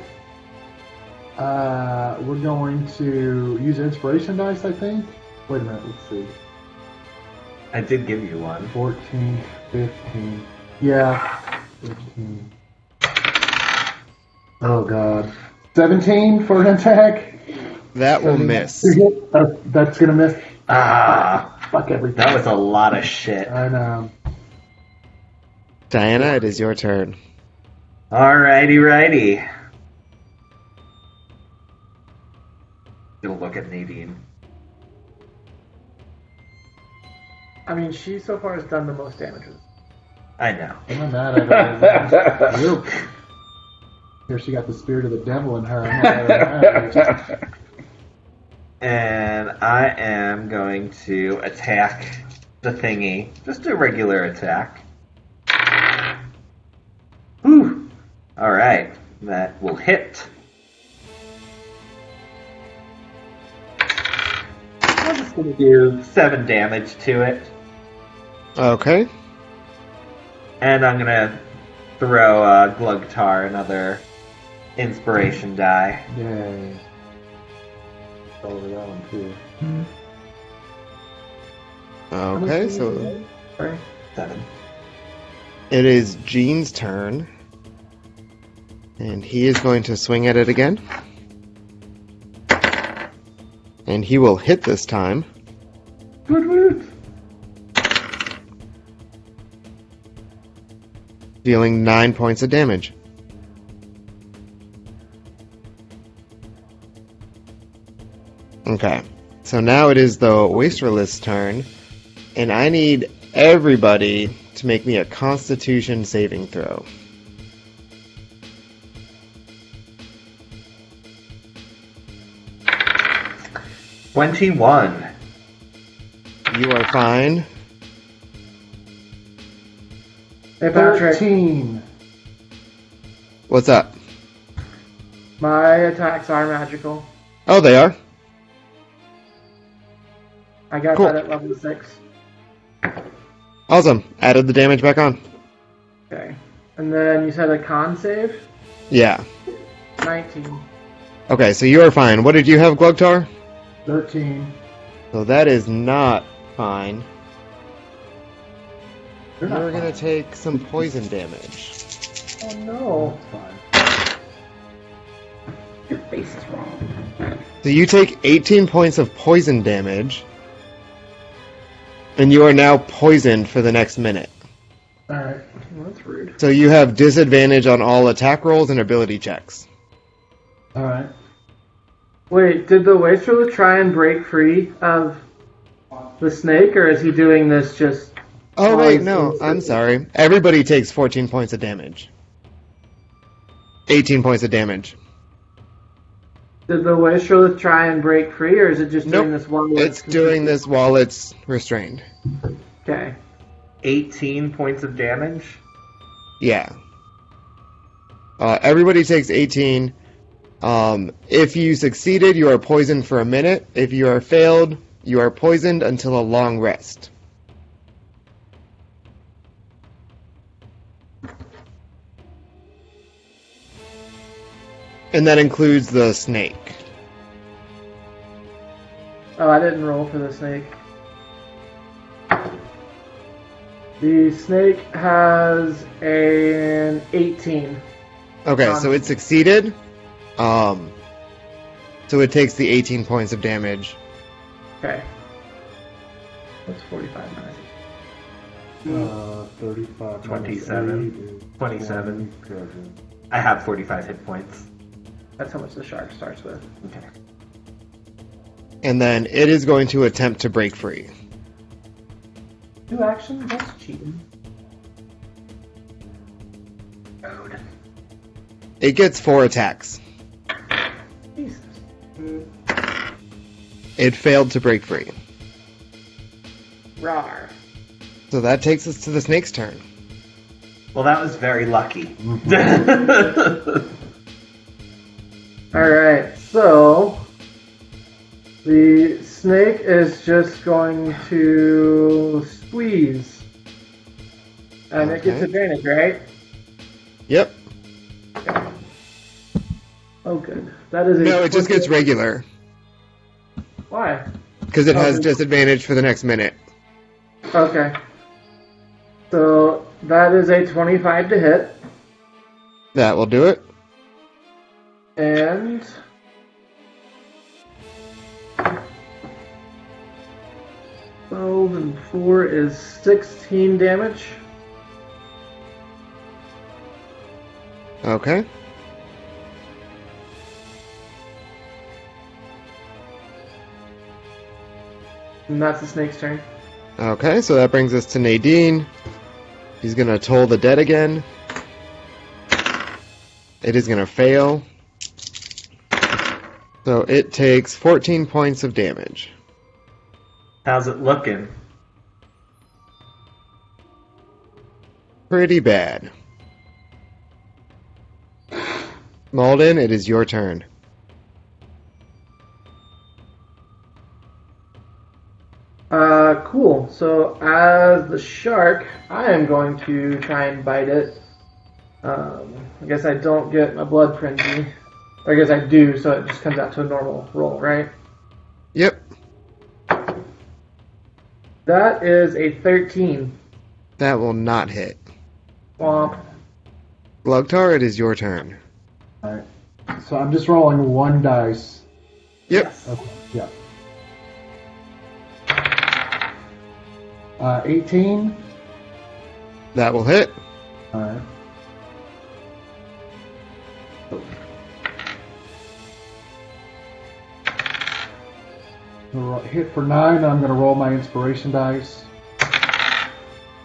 Uh, we're going to use inspiration dice, I think. Wait a minute, let's see. I did give you one. 14, 15. Yeah. 15. Oh, God. 17 for an attack. That will miss. That- That's going to miss. Ah, Fuck everything. that was a lot of shit. I know. Diana, it is your turn. Alrighty, righty. Gonna look at Nadine. I mean, she so far has done the most damage. I know. I'm not mad at her. Nope. Here she got the spirit of the devil in her. I'm not mad at her. And I am going to attack the thingy. Just a regular attack. Whew. Alright. That will hit. I'm just going to do 7 damage to it. Okay. And I'm going to throw uh, Glugtar another inspiration die. Yay. Over that one too. Okay, so Seven. it is Gene's turn. And he is going to swing at it again. And he will hit this time. Dealing nine points of damage. Okay. So now it is the Wasterless turn, and I need everybody to make me a Constitution saving throw. Twenty-one. You are fine. Hey, Patrick. 13. What's up? My attacks are magical. Oh, they are. I got Cool. that at level 6. Awesome. Added the damage back on. Okay. And then you said a con save? Yeah. 19. Okay, so you are fine. What did you have, Glugtar? 13. So that is not fine. You're not going to take some poison damage. Oh no. That's fine. Your face is wrong. So you take 18 points of poison damage, and you are now poisoned for the next minute. Alright. That's rude. So you have disadvantage on all attack rolls and ability checks. Alright. Wait, did the wastrel try and break free of the snake, or is he doing this just. Oh, wait, Poison. no, I'm sorry. Everybody takes 14 points of damage. 18 points of damage. Did the wastrel try and break free, or is it just doing Nope. this one? It's doing this while it's restrained. Okay. Eighteen points of damage. Yeah. Uh, everybody takes 18. Um, if you succeeded, you are poisoned for a minute. If you are failed, you are poisoned until a long rest. And that includes the snake. Oh, I didn't roll for the snake. The snake has an 18. Okay, Um, so it succeeded. Um, so it takes the 18 points of damage. Okay. That's 45 minus. Uh, 35. Twenty-seven. 27. 27. I have forty-five hit points. That's how much the shark starts with. Okay. And then it is going to attempt to break free. Two actions? That's cheating. Rude. It gets four attacks. Jesus. It failed to break free. Rar. So that takes us to the snake's turn. Well, that was very lucky. Alright, so. The snake is just going to squeeze. And it gets Okay. advantage, right? Yep. Oh, good. That is a No, it just gets regular Why? because it has Okay. disadvantage for the next minute. Okay. So that is a 25 to hit, That will do it. and twelve and four is 16 damage. Okay. And that's the snake's turn. Okay, so that brings us to Nadine. He's going to toll the dead again. It is going to fail. So it takes 14 points of damage. How's it looking? Pretty bad. Malden, it is your turn. Uh, cool. So as the shark, I am going to try and bite it. Um, I guess I don't get my blood frenzy. Or I guess I do, so it just comes out to a normal roll, right? Yep, That is a 13. that will not hit. Womp. Glugtar, it is your turn. So I'm just rolling one dice. Yep, Okay, yeah. Uh, 18. that will hit. Alright. Ro- Hit for nine. I'm going to roll my inspiration dice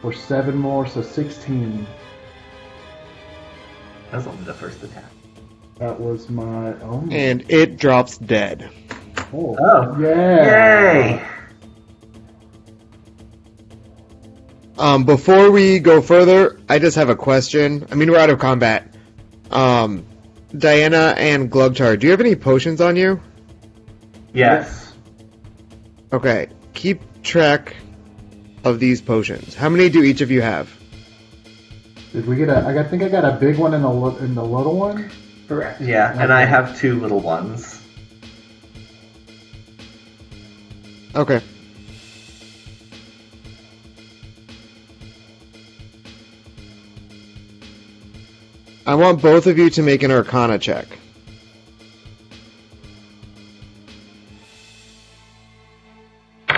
for seven more, so 16. That's only the first attack. That was my oh, And it drops dead. oh, Oh. yeah. Yay! Um, before we go further, I just have a question. I mean, we're out of combat. Um, Diana and Glugtar, do you have any potions on you? Yes. Okay, keep track of these potions. How many do each of you have? Did we get a? I got- think I got a big one and a li- and the little one. Correct. Yeah, and I have two little ones. Okay. I want both of you to make an arcana check.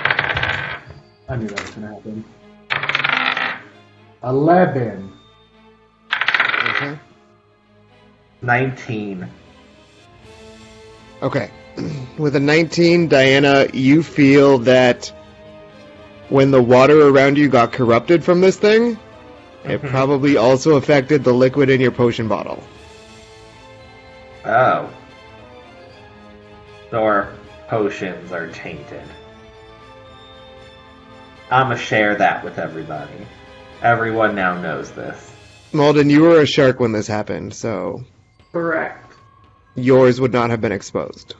I knew that was gonna happen. Eleven. Okay. 19. Okay. With a 19, Diana, you feel that when the water around you got corrupted from this thing, it probably also affected the liquid in your potion bottle. Oh. So our potions are tainted. I'ma share that with everybody. Everyone now knows this. Malden, you were a shark when this happened, so Correct. yours would not have been exposed.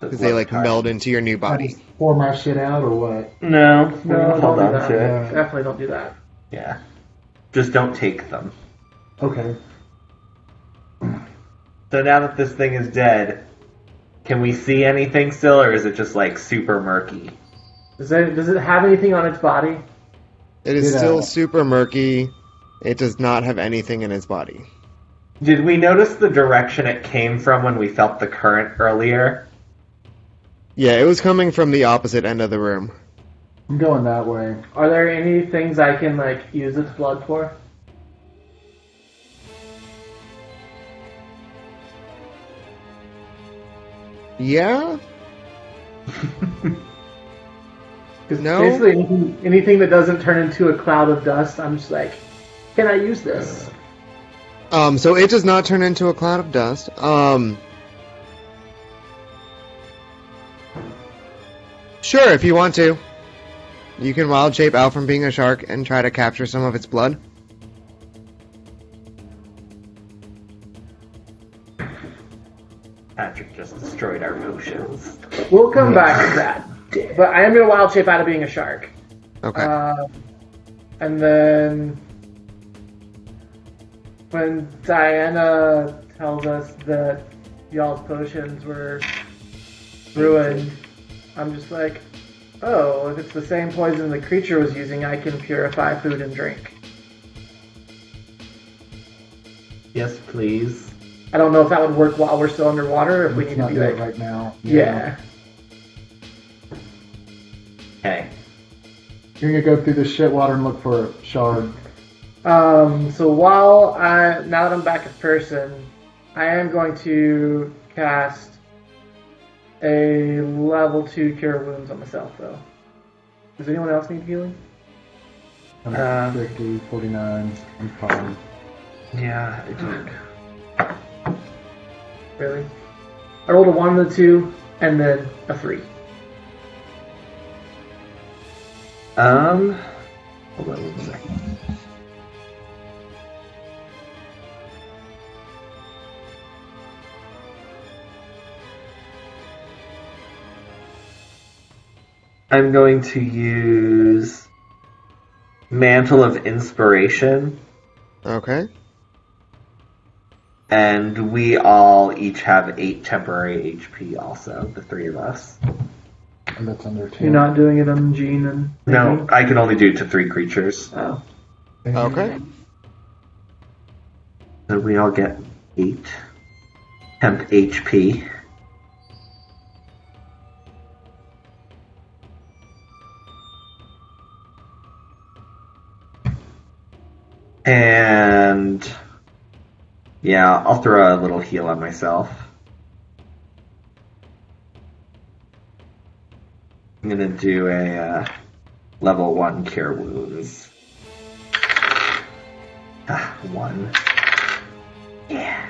Because they, like, meld into your new body. Just Pour my shit out or what? No, No, hold don't do on that. to it. Yeah. Definitely don't do that. Yeah. Just don't take them. Okay. So now that this thing is dead, can we see anything still, or is it just like super murky? Does it, does it have anything on its body? It is Yeah. still super murky. It does not have anything in its body. Did we notice the direction it came from when we felt the current earlier? Yeah, it was coming from the opposite end of the room. I'm going that way. Are there any things I can like use its blood for? Yeah? 'Cause No. Basically, anything, anything that doesn't turn into a cloud of dust, I'm just like, can I use this? Um, so it does not turn into a cloud of dust. Um, sure, if you want to, you can wild shape out from being a shark and try to capture some of its blood. Patrick just destroyed our potions. We'll come back to that. But I am gonna wild shape out of being a shark. Okay. Uh, and then when Diana tells us that y'all's potions were ruined, I'm just like, oh, if it's the same poison the creature was using, I can purify food and drink. Yes, please. I don't know if that would work while we're still underwater. or If we Let's need to not be do it like, right now. yeah. Okay. You're gonna go through the shit water and look for a shard. Um, so while I now that I'm back in person, I am going to cast a level two cure wounds on myself though. Does anyone else need healing? I'm Uh. 50, 49. I'm fine. Yeah, I did. really. I rolled a one and a two, and then a three. Um. Hold on one second. I'm going to use Mantle of Inspiration, Okay. and we all each have eight temporary HP. Also, the three of us. And that's under 10. You're not doing it on Gene and No, I can only do it to three creatures. Oh, Okay. So we all get eight temp HP. And yeah, I'll throw a little heal on myself. I'm gonna do a uh, level one cure wounds. Ah, one. Yeah.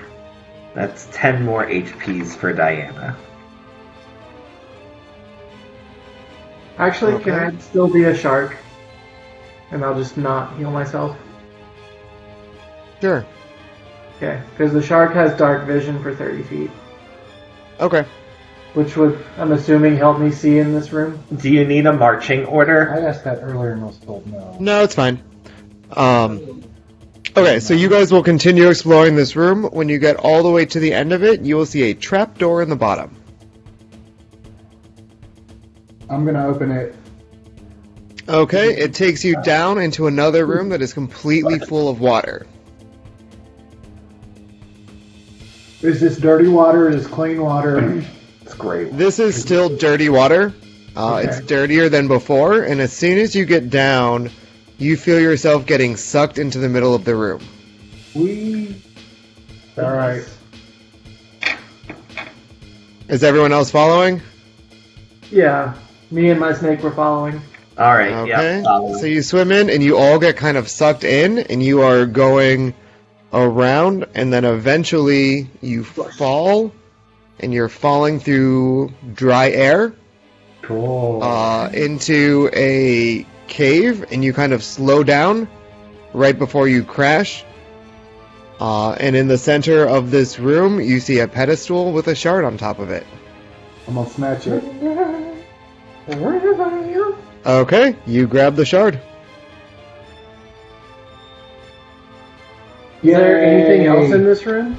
That's 10 more HPs for Diana. actually, can Okay. I still be a shark? And I'll just not heal myself. Sure. Okay, because the shark has dark vision for 30 feet, Okay. which would, I'm assuming, help me see in this room. Do you need a marching order? I asked that earlier and was told no. No, it's fine. Um, okay, so you guys will continue exploring this room. When you get all the way to the end of it, you will see a trap door in the bottom. I'm gonna open it. Okay, it takes you down into another room that is completely full of water. Is this dirty water? Is this clean water? It's great. This is still dirty water. Uh, It's dirtier than before, and as soon as you get down, you feel yourself getting sucked into the middle of the room. we. Alright. Is everyone else following? Yeah, me and my snake were following. Alright, Okay. yeah. follow. so you swim in, and you all get kind of sucked in, and you are going around, and then eventually you fall, and you're falling through dry air cool. uh, into a cave, and you kind of slow down right before you crash. Uh, and in the center of this room, you see a pedestal with a shard on top of it. I'm gonna snatch it. Okay, you grab the shard. Is there anything Yay. else in this room?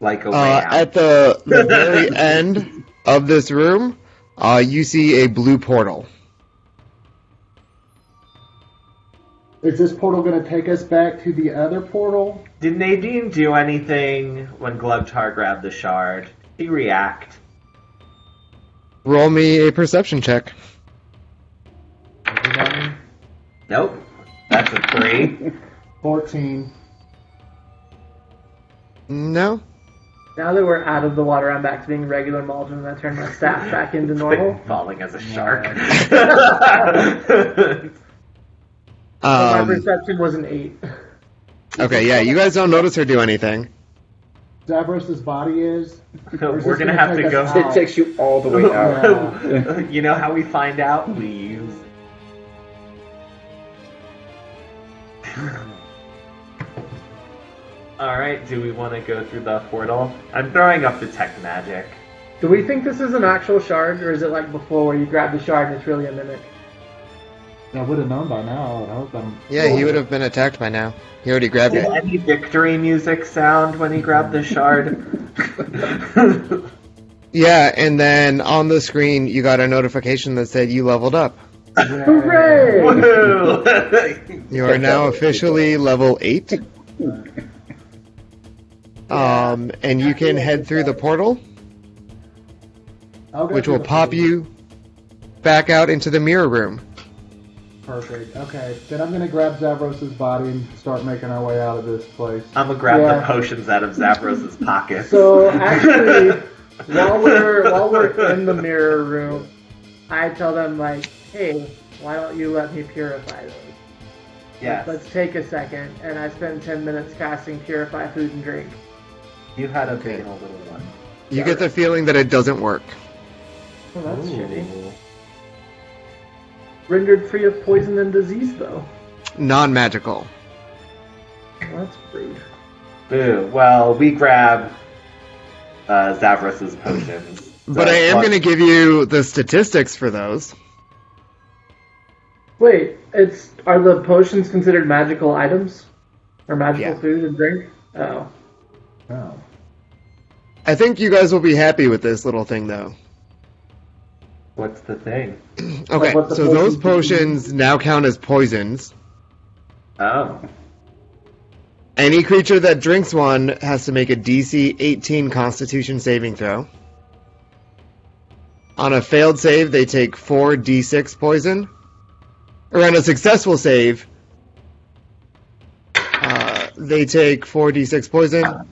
like a way Uh, out. at the, the very end of this room, uh, you see a blue portal. Is this portal gonna take us back to the other portal? Did Nadine do anything when Glubtar grabbed the shard? Did he react? Roll me a perception check. Nope. That's a three. 14. No? Now that we're out of the water, I'm back to being regular Malden, and I turn my staff back into normal. Been falling as a shark. my Um, perception was an eight. okay, yeah, you guys don't notice her do anything. Zabros's body is. We're gonna have to go. It takes you all the way out. uh, you know how we find out? We use. Alright, do we want to go through the portal? I'm throwing up the tech magic. Do we think this is an actual shard, or is it like before where you grab the shard and it's really a mimic? I would have known by now. I hope I'm. Yeah, he would have been attacked by now. He already grabbed Did it. any victory music sound when he grabbed the shard? Yeah, and then on the screen, you got a notification that said you leveled up. Hooray! Woo! You are now officially level 8. Um, and you can head through the portal, I'll go which through will the pop portal. you back out into the mirror room. Perfect. Okay, then I'm gonna grab Zavros's body and start making our way out of this place. Um, I'm gonna grab the Yeah. potions out of Zavros's pockets. So actually, while we're while we're in the mirror room, I tell them like, hey, why don't you let me purify those? Yes. Let's take a second, and I spend 10 minutes casting Purify Food and Drink. You had a Okay. big old little one. You get the feeling that it doesn't work. Well, Oh, that's Ooh. shitty. Rendered free of poison and disease, though. Non magical. Well, that's rude. Boo. Well, we grab uh, Zavros's potions. But I am Plus- going to give you the statistics for those. Wait, it's are the potions considered magical items or magical Yeah. food and drink? Oh, Oh. I think you guys will be happy with this little thing, though. What's the thing? Okay, what the so those potions potions now count as poisons. Oh. Any creature that drinks one has to make a DC 18 Constitution saving throw. On a failed save, they take 4d6 poison. Or on a successful save, uh, they take 4d6 poison.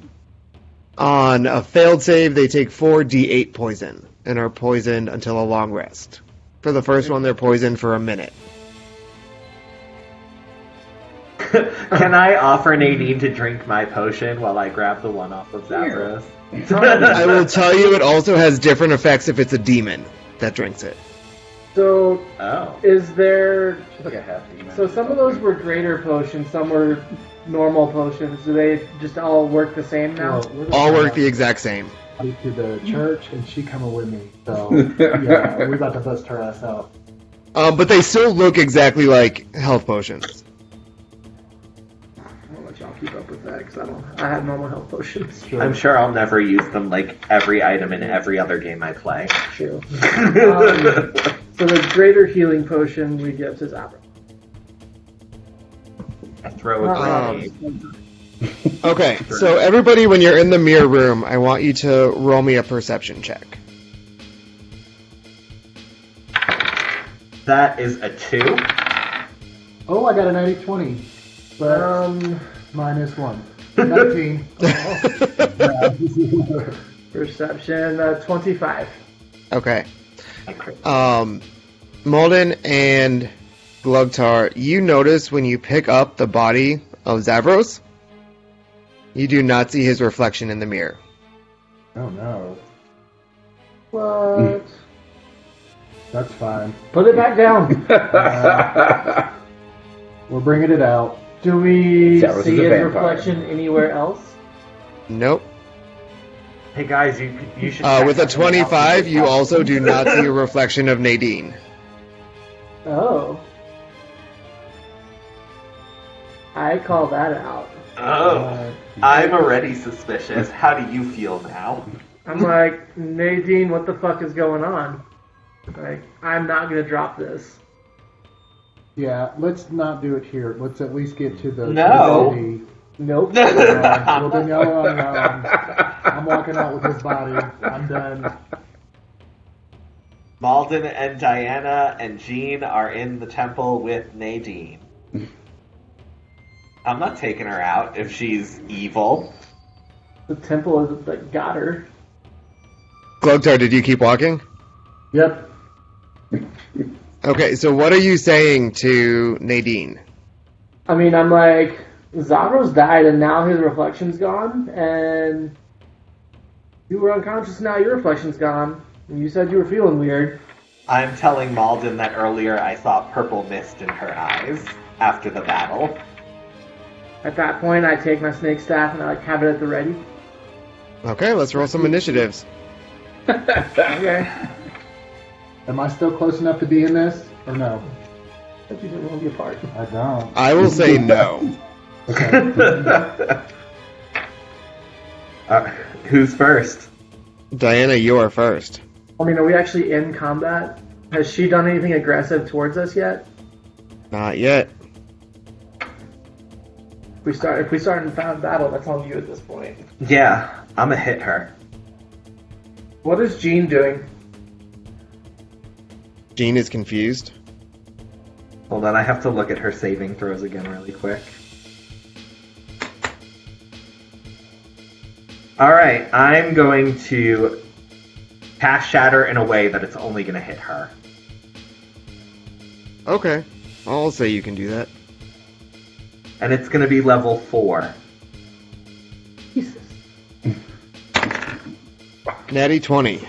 On a failed save, they take 4d8 poison and are poisoned until a long rest. For the first one, they're poisoned for a minute. Can I offer Nadine to drink my potion while I grab the one off of Zavros? I will tell you, it also has different effects if it's a demon that drinks it. so Oh. is there? She's like a half demon. So some of those were greater potions, some were normal potions. Do they just all work the same now? Well, we're gonna all go work the exact same. out to the church, and she coming with me. So yeah, we about to bust her ass out. Um, but they still look exactly like health potions. I'll let y'all keep up with that because I don't. I have normal health potions. I'm sure I'll never use them like every item in every other game I play. True. Um, so the greater healing potion we get is Abra. Throw a Um, grenade. Okay, so everybody, when you're in the mirror room, I want you to roll me a perception check. That is a two. Oh, I got an 80 20. But Um, minus one. 19. Oh, perception uh, twenty-five. okay. Um, Molden and Glugtar, you notice when you pick up the body of Zavros, you do not see his reflection in the mirror. oh no. What? Hmm. That's fine. Put it back down. We're bringing it out. Do we Zavrus is see a his vampire. reflection anywhere else? Nope. Hey guys, you you should. Uh, check with a out the new album. 25, you also do not see a reflection of Nadine. Oh. I call that out. Oh, I'm already suspicious. How do you feel now? I'm like, Nadine, what the fuck is going on? Like, I'm not gonna drop this. Yeah, let's not do it here. Let's at least get to the No. the Nope. city. Uh, well, then y'all are on your own. um, I'm walking out with his body. I'm done. Malden and Diana and Jean are in the temple with Nadine. I'm not taking her out if she's evil. the temple is that got her. Glugtar, did you keep walking? Yep. Okay, so what are you saying to Nadine? I mean, I'm like, Zavros died and now his reflection's gone, and you were unconscious, now your reflection's gone. And you said you were feeling weird. I'm telling Malden that earlier I saw purple mist in her eyes after the battle. At that point, I take my snake staff and I like have it at the ready. Okay, let's roll some initiatives. Okay. Am I still close enough to be in this? Or no? But you didn't want to be a part. I don't. I will say no. Uh, who's first? Diana, you are first. I mean, are we actually in combat? Has she done anything aggressive towards us yet? Not yet. If we start, if we start in found battle, that's on you at this point. Yeah, I'ma hit her. What is Jean doing? Jean is confused. Hold on, I have to look at her saving throws again really quick. Alright, I'm going to cast Shatter in a way that it's only going to hit her. Okay, I'll say you can do that. and it's going to be level four. Jesus. Natty 20.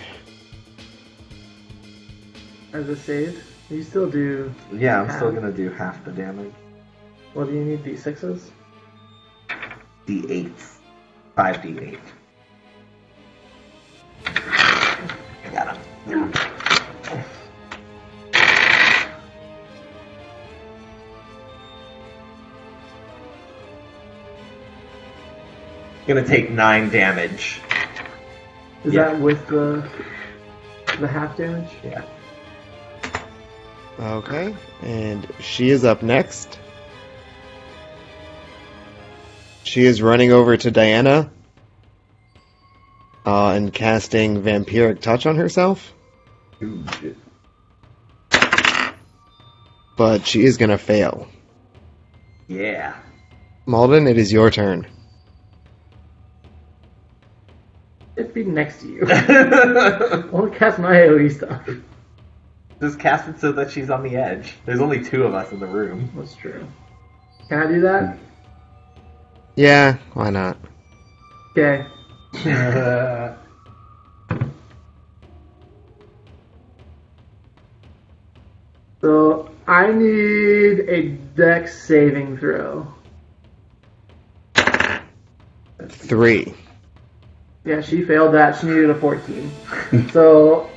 As a save, you still do. Yeah, I'm still going to do half the damage. What do you need? D sixes. D8. 5d8. I got him. Gonna take 9 damage. Is Yeah. that with the the half damage? Yeah. Okay. And she is up next. She is running over to Diana uh, and casting Vampiric Touch on herself, Ooh, shit. but she is going to fail. Yeah. Malden, it is your turn. It'd be next to you. I'll cast my AoE stuff. Just cast it so that she's on the edge. There's only two of us in the room. That's true. Can I do that? Yeah, why not? Okay. Uh, So I need a Dex saving throw. Three. Yeah, she failed that. She needed a 14. so,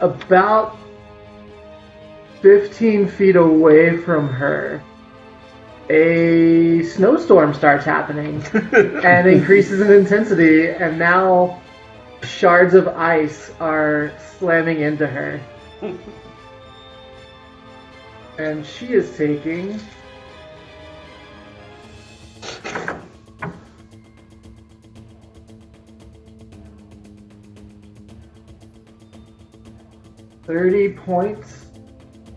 about 15 feet away from her, a snowstorm starts happening and increases in intensity, and now shards of ice are slamming into her. and she is taking. Thirty points.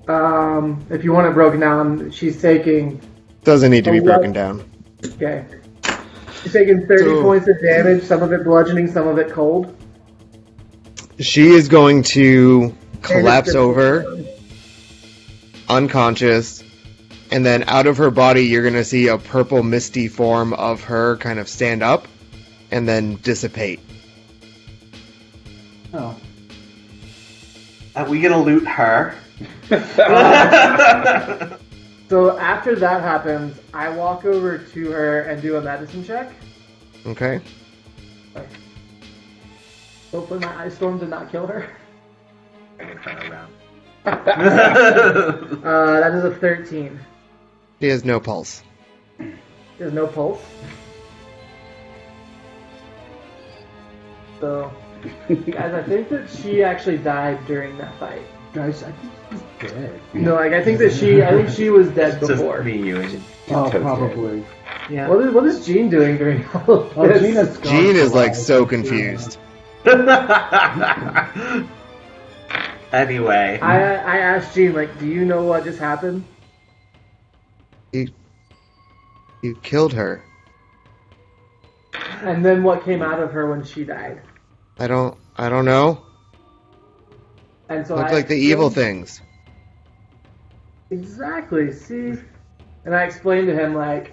Um, if you want it broken down, she's taking Doesn't need to be broken Eleven. down. Okay. She's taking 30 So- points of damage, some of it bludgeoning, some of it cold. She is going to collapse over, unconscious, and then out of her body, you're going to see a purple, misty form of her kind of stand up and then dissipate. oh. Are we gonna loot her? So after that happens, I walk over to her and do a medicine check. Okay? Hopefully my ice storm did not kill her. Uh, that is a 13. She has no pulse. There's no pulse. So, guys, I think that she actually died during that fight. Guys, I think he's dead. No, like I think that she, I think she was dead Just before. me, you, and Oh, Toad's probably. Yeah. What is what is Jean doing during all of Oh, this? Gina's gone. Jean is like for a so while. confused. anyway, I I asked Gene like, do you know what just happened? You killed her. And then what came out of her when she died? I don't. I don't know. And so Look I like the evil things. Exactly. See, and I explained to him like,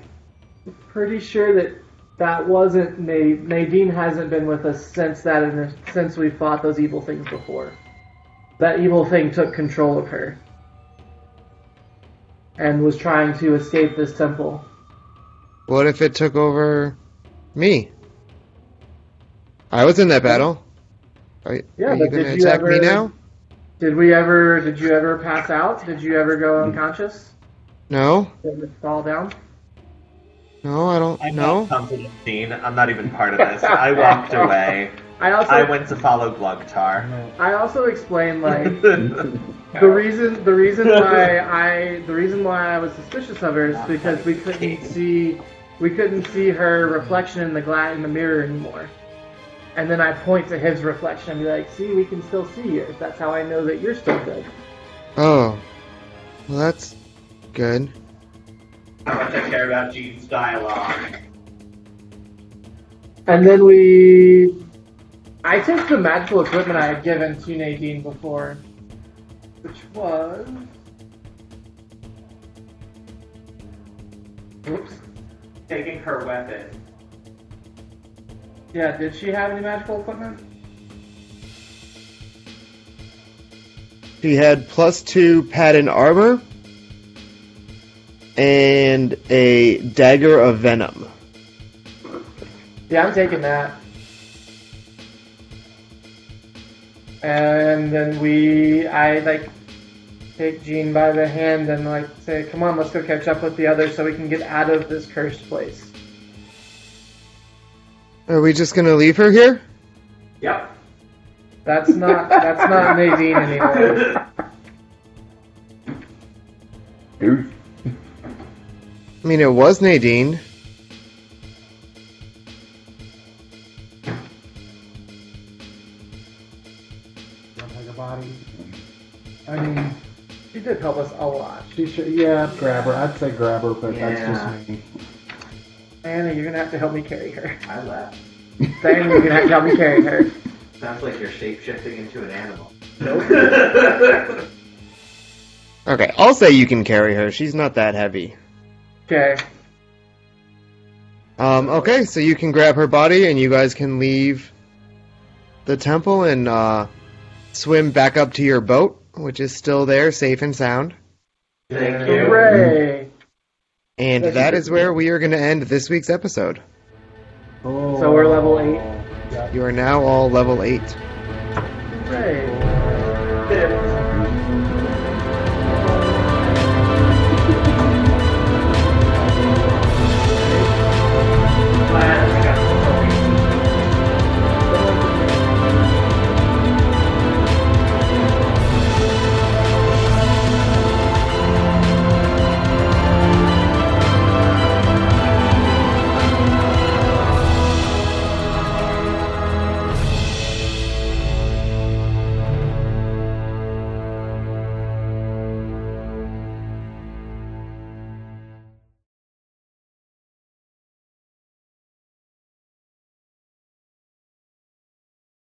pretty sure that that wasn't Na- Nadine hasn't been with us since that and since we fought those evil things before. That evil thing took control of her and was trying to escape this temple. What if it took over me? I was in that battle. Are, Yeah, are you but going to did you attack me ever- now? Did we ever? Did you ever pass out? Did you ever go unconscious? No, Did it fall down? no, I don't. I'm no, not confident, Dean. I'm not even part of this. I walked away. I also I went to follow Glugtar. I also explained like the reason the reason why I the reason why I was suspicious of her is because we couldn't see we couldn't see her reflection in the glass in the mirror anymore. And then I point to his reflection and be like, "See, we can still see yours. That's how I know that you're still good." Oh, well, that's good. How much I care about Gene's dialogue. And then we. I took the magical equipment I had given to Nadine before, which was. Whoops. taking her weapon. Yeah, did she have any magical equipment? She had plus two padded armor and a dagger of venom. Yeah, I'm taking that. And then we, I like take Jean by the hand and like say, "Come on, let's go catch up with the others so we can get out of this cursed place." Are we just gonna leave her here? Yep. That's not that's not Nadine anymore. Dude. I mean, it was Nadine. Don't like a body. I mean, She did help us a lot. she should. Yeah, grab her. I'd say grab her, but Yeah. that's just me. Anna, you're gonna have to help me carry her. I left. Diana, you're gonna have to help me carry her. Sounds like you're shape shifting into an animal. Okay, I'll say you can carry her. She's not that heavy. Okay. Um, okay, so you can grab her body and you guys can leave the temple and uh, swim back up to your boat, which is still there, safe and sound. Thank you. Hooray! And that is where we are going to end this week's episode. Oh. So we're level eight. You are now all level 8. Hooray!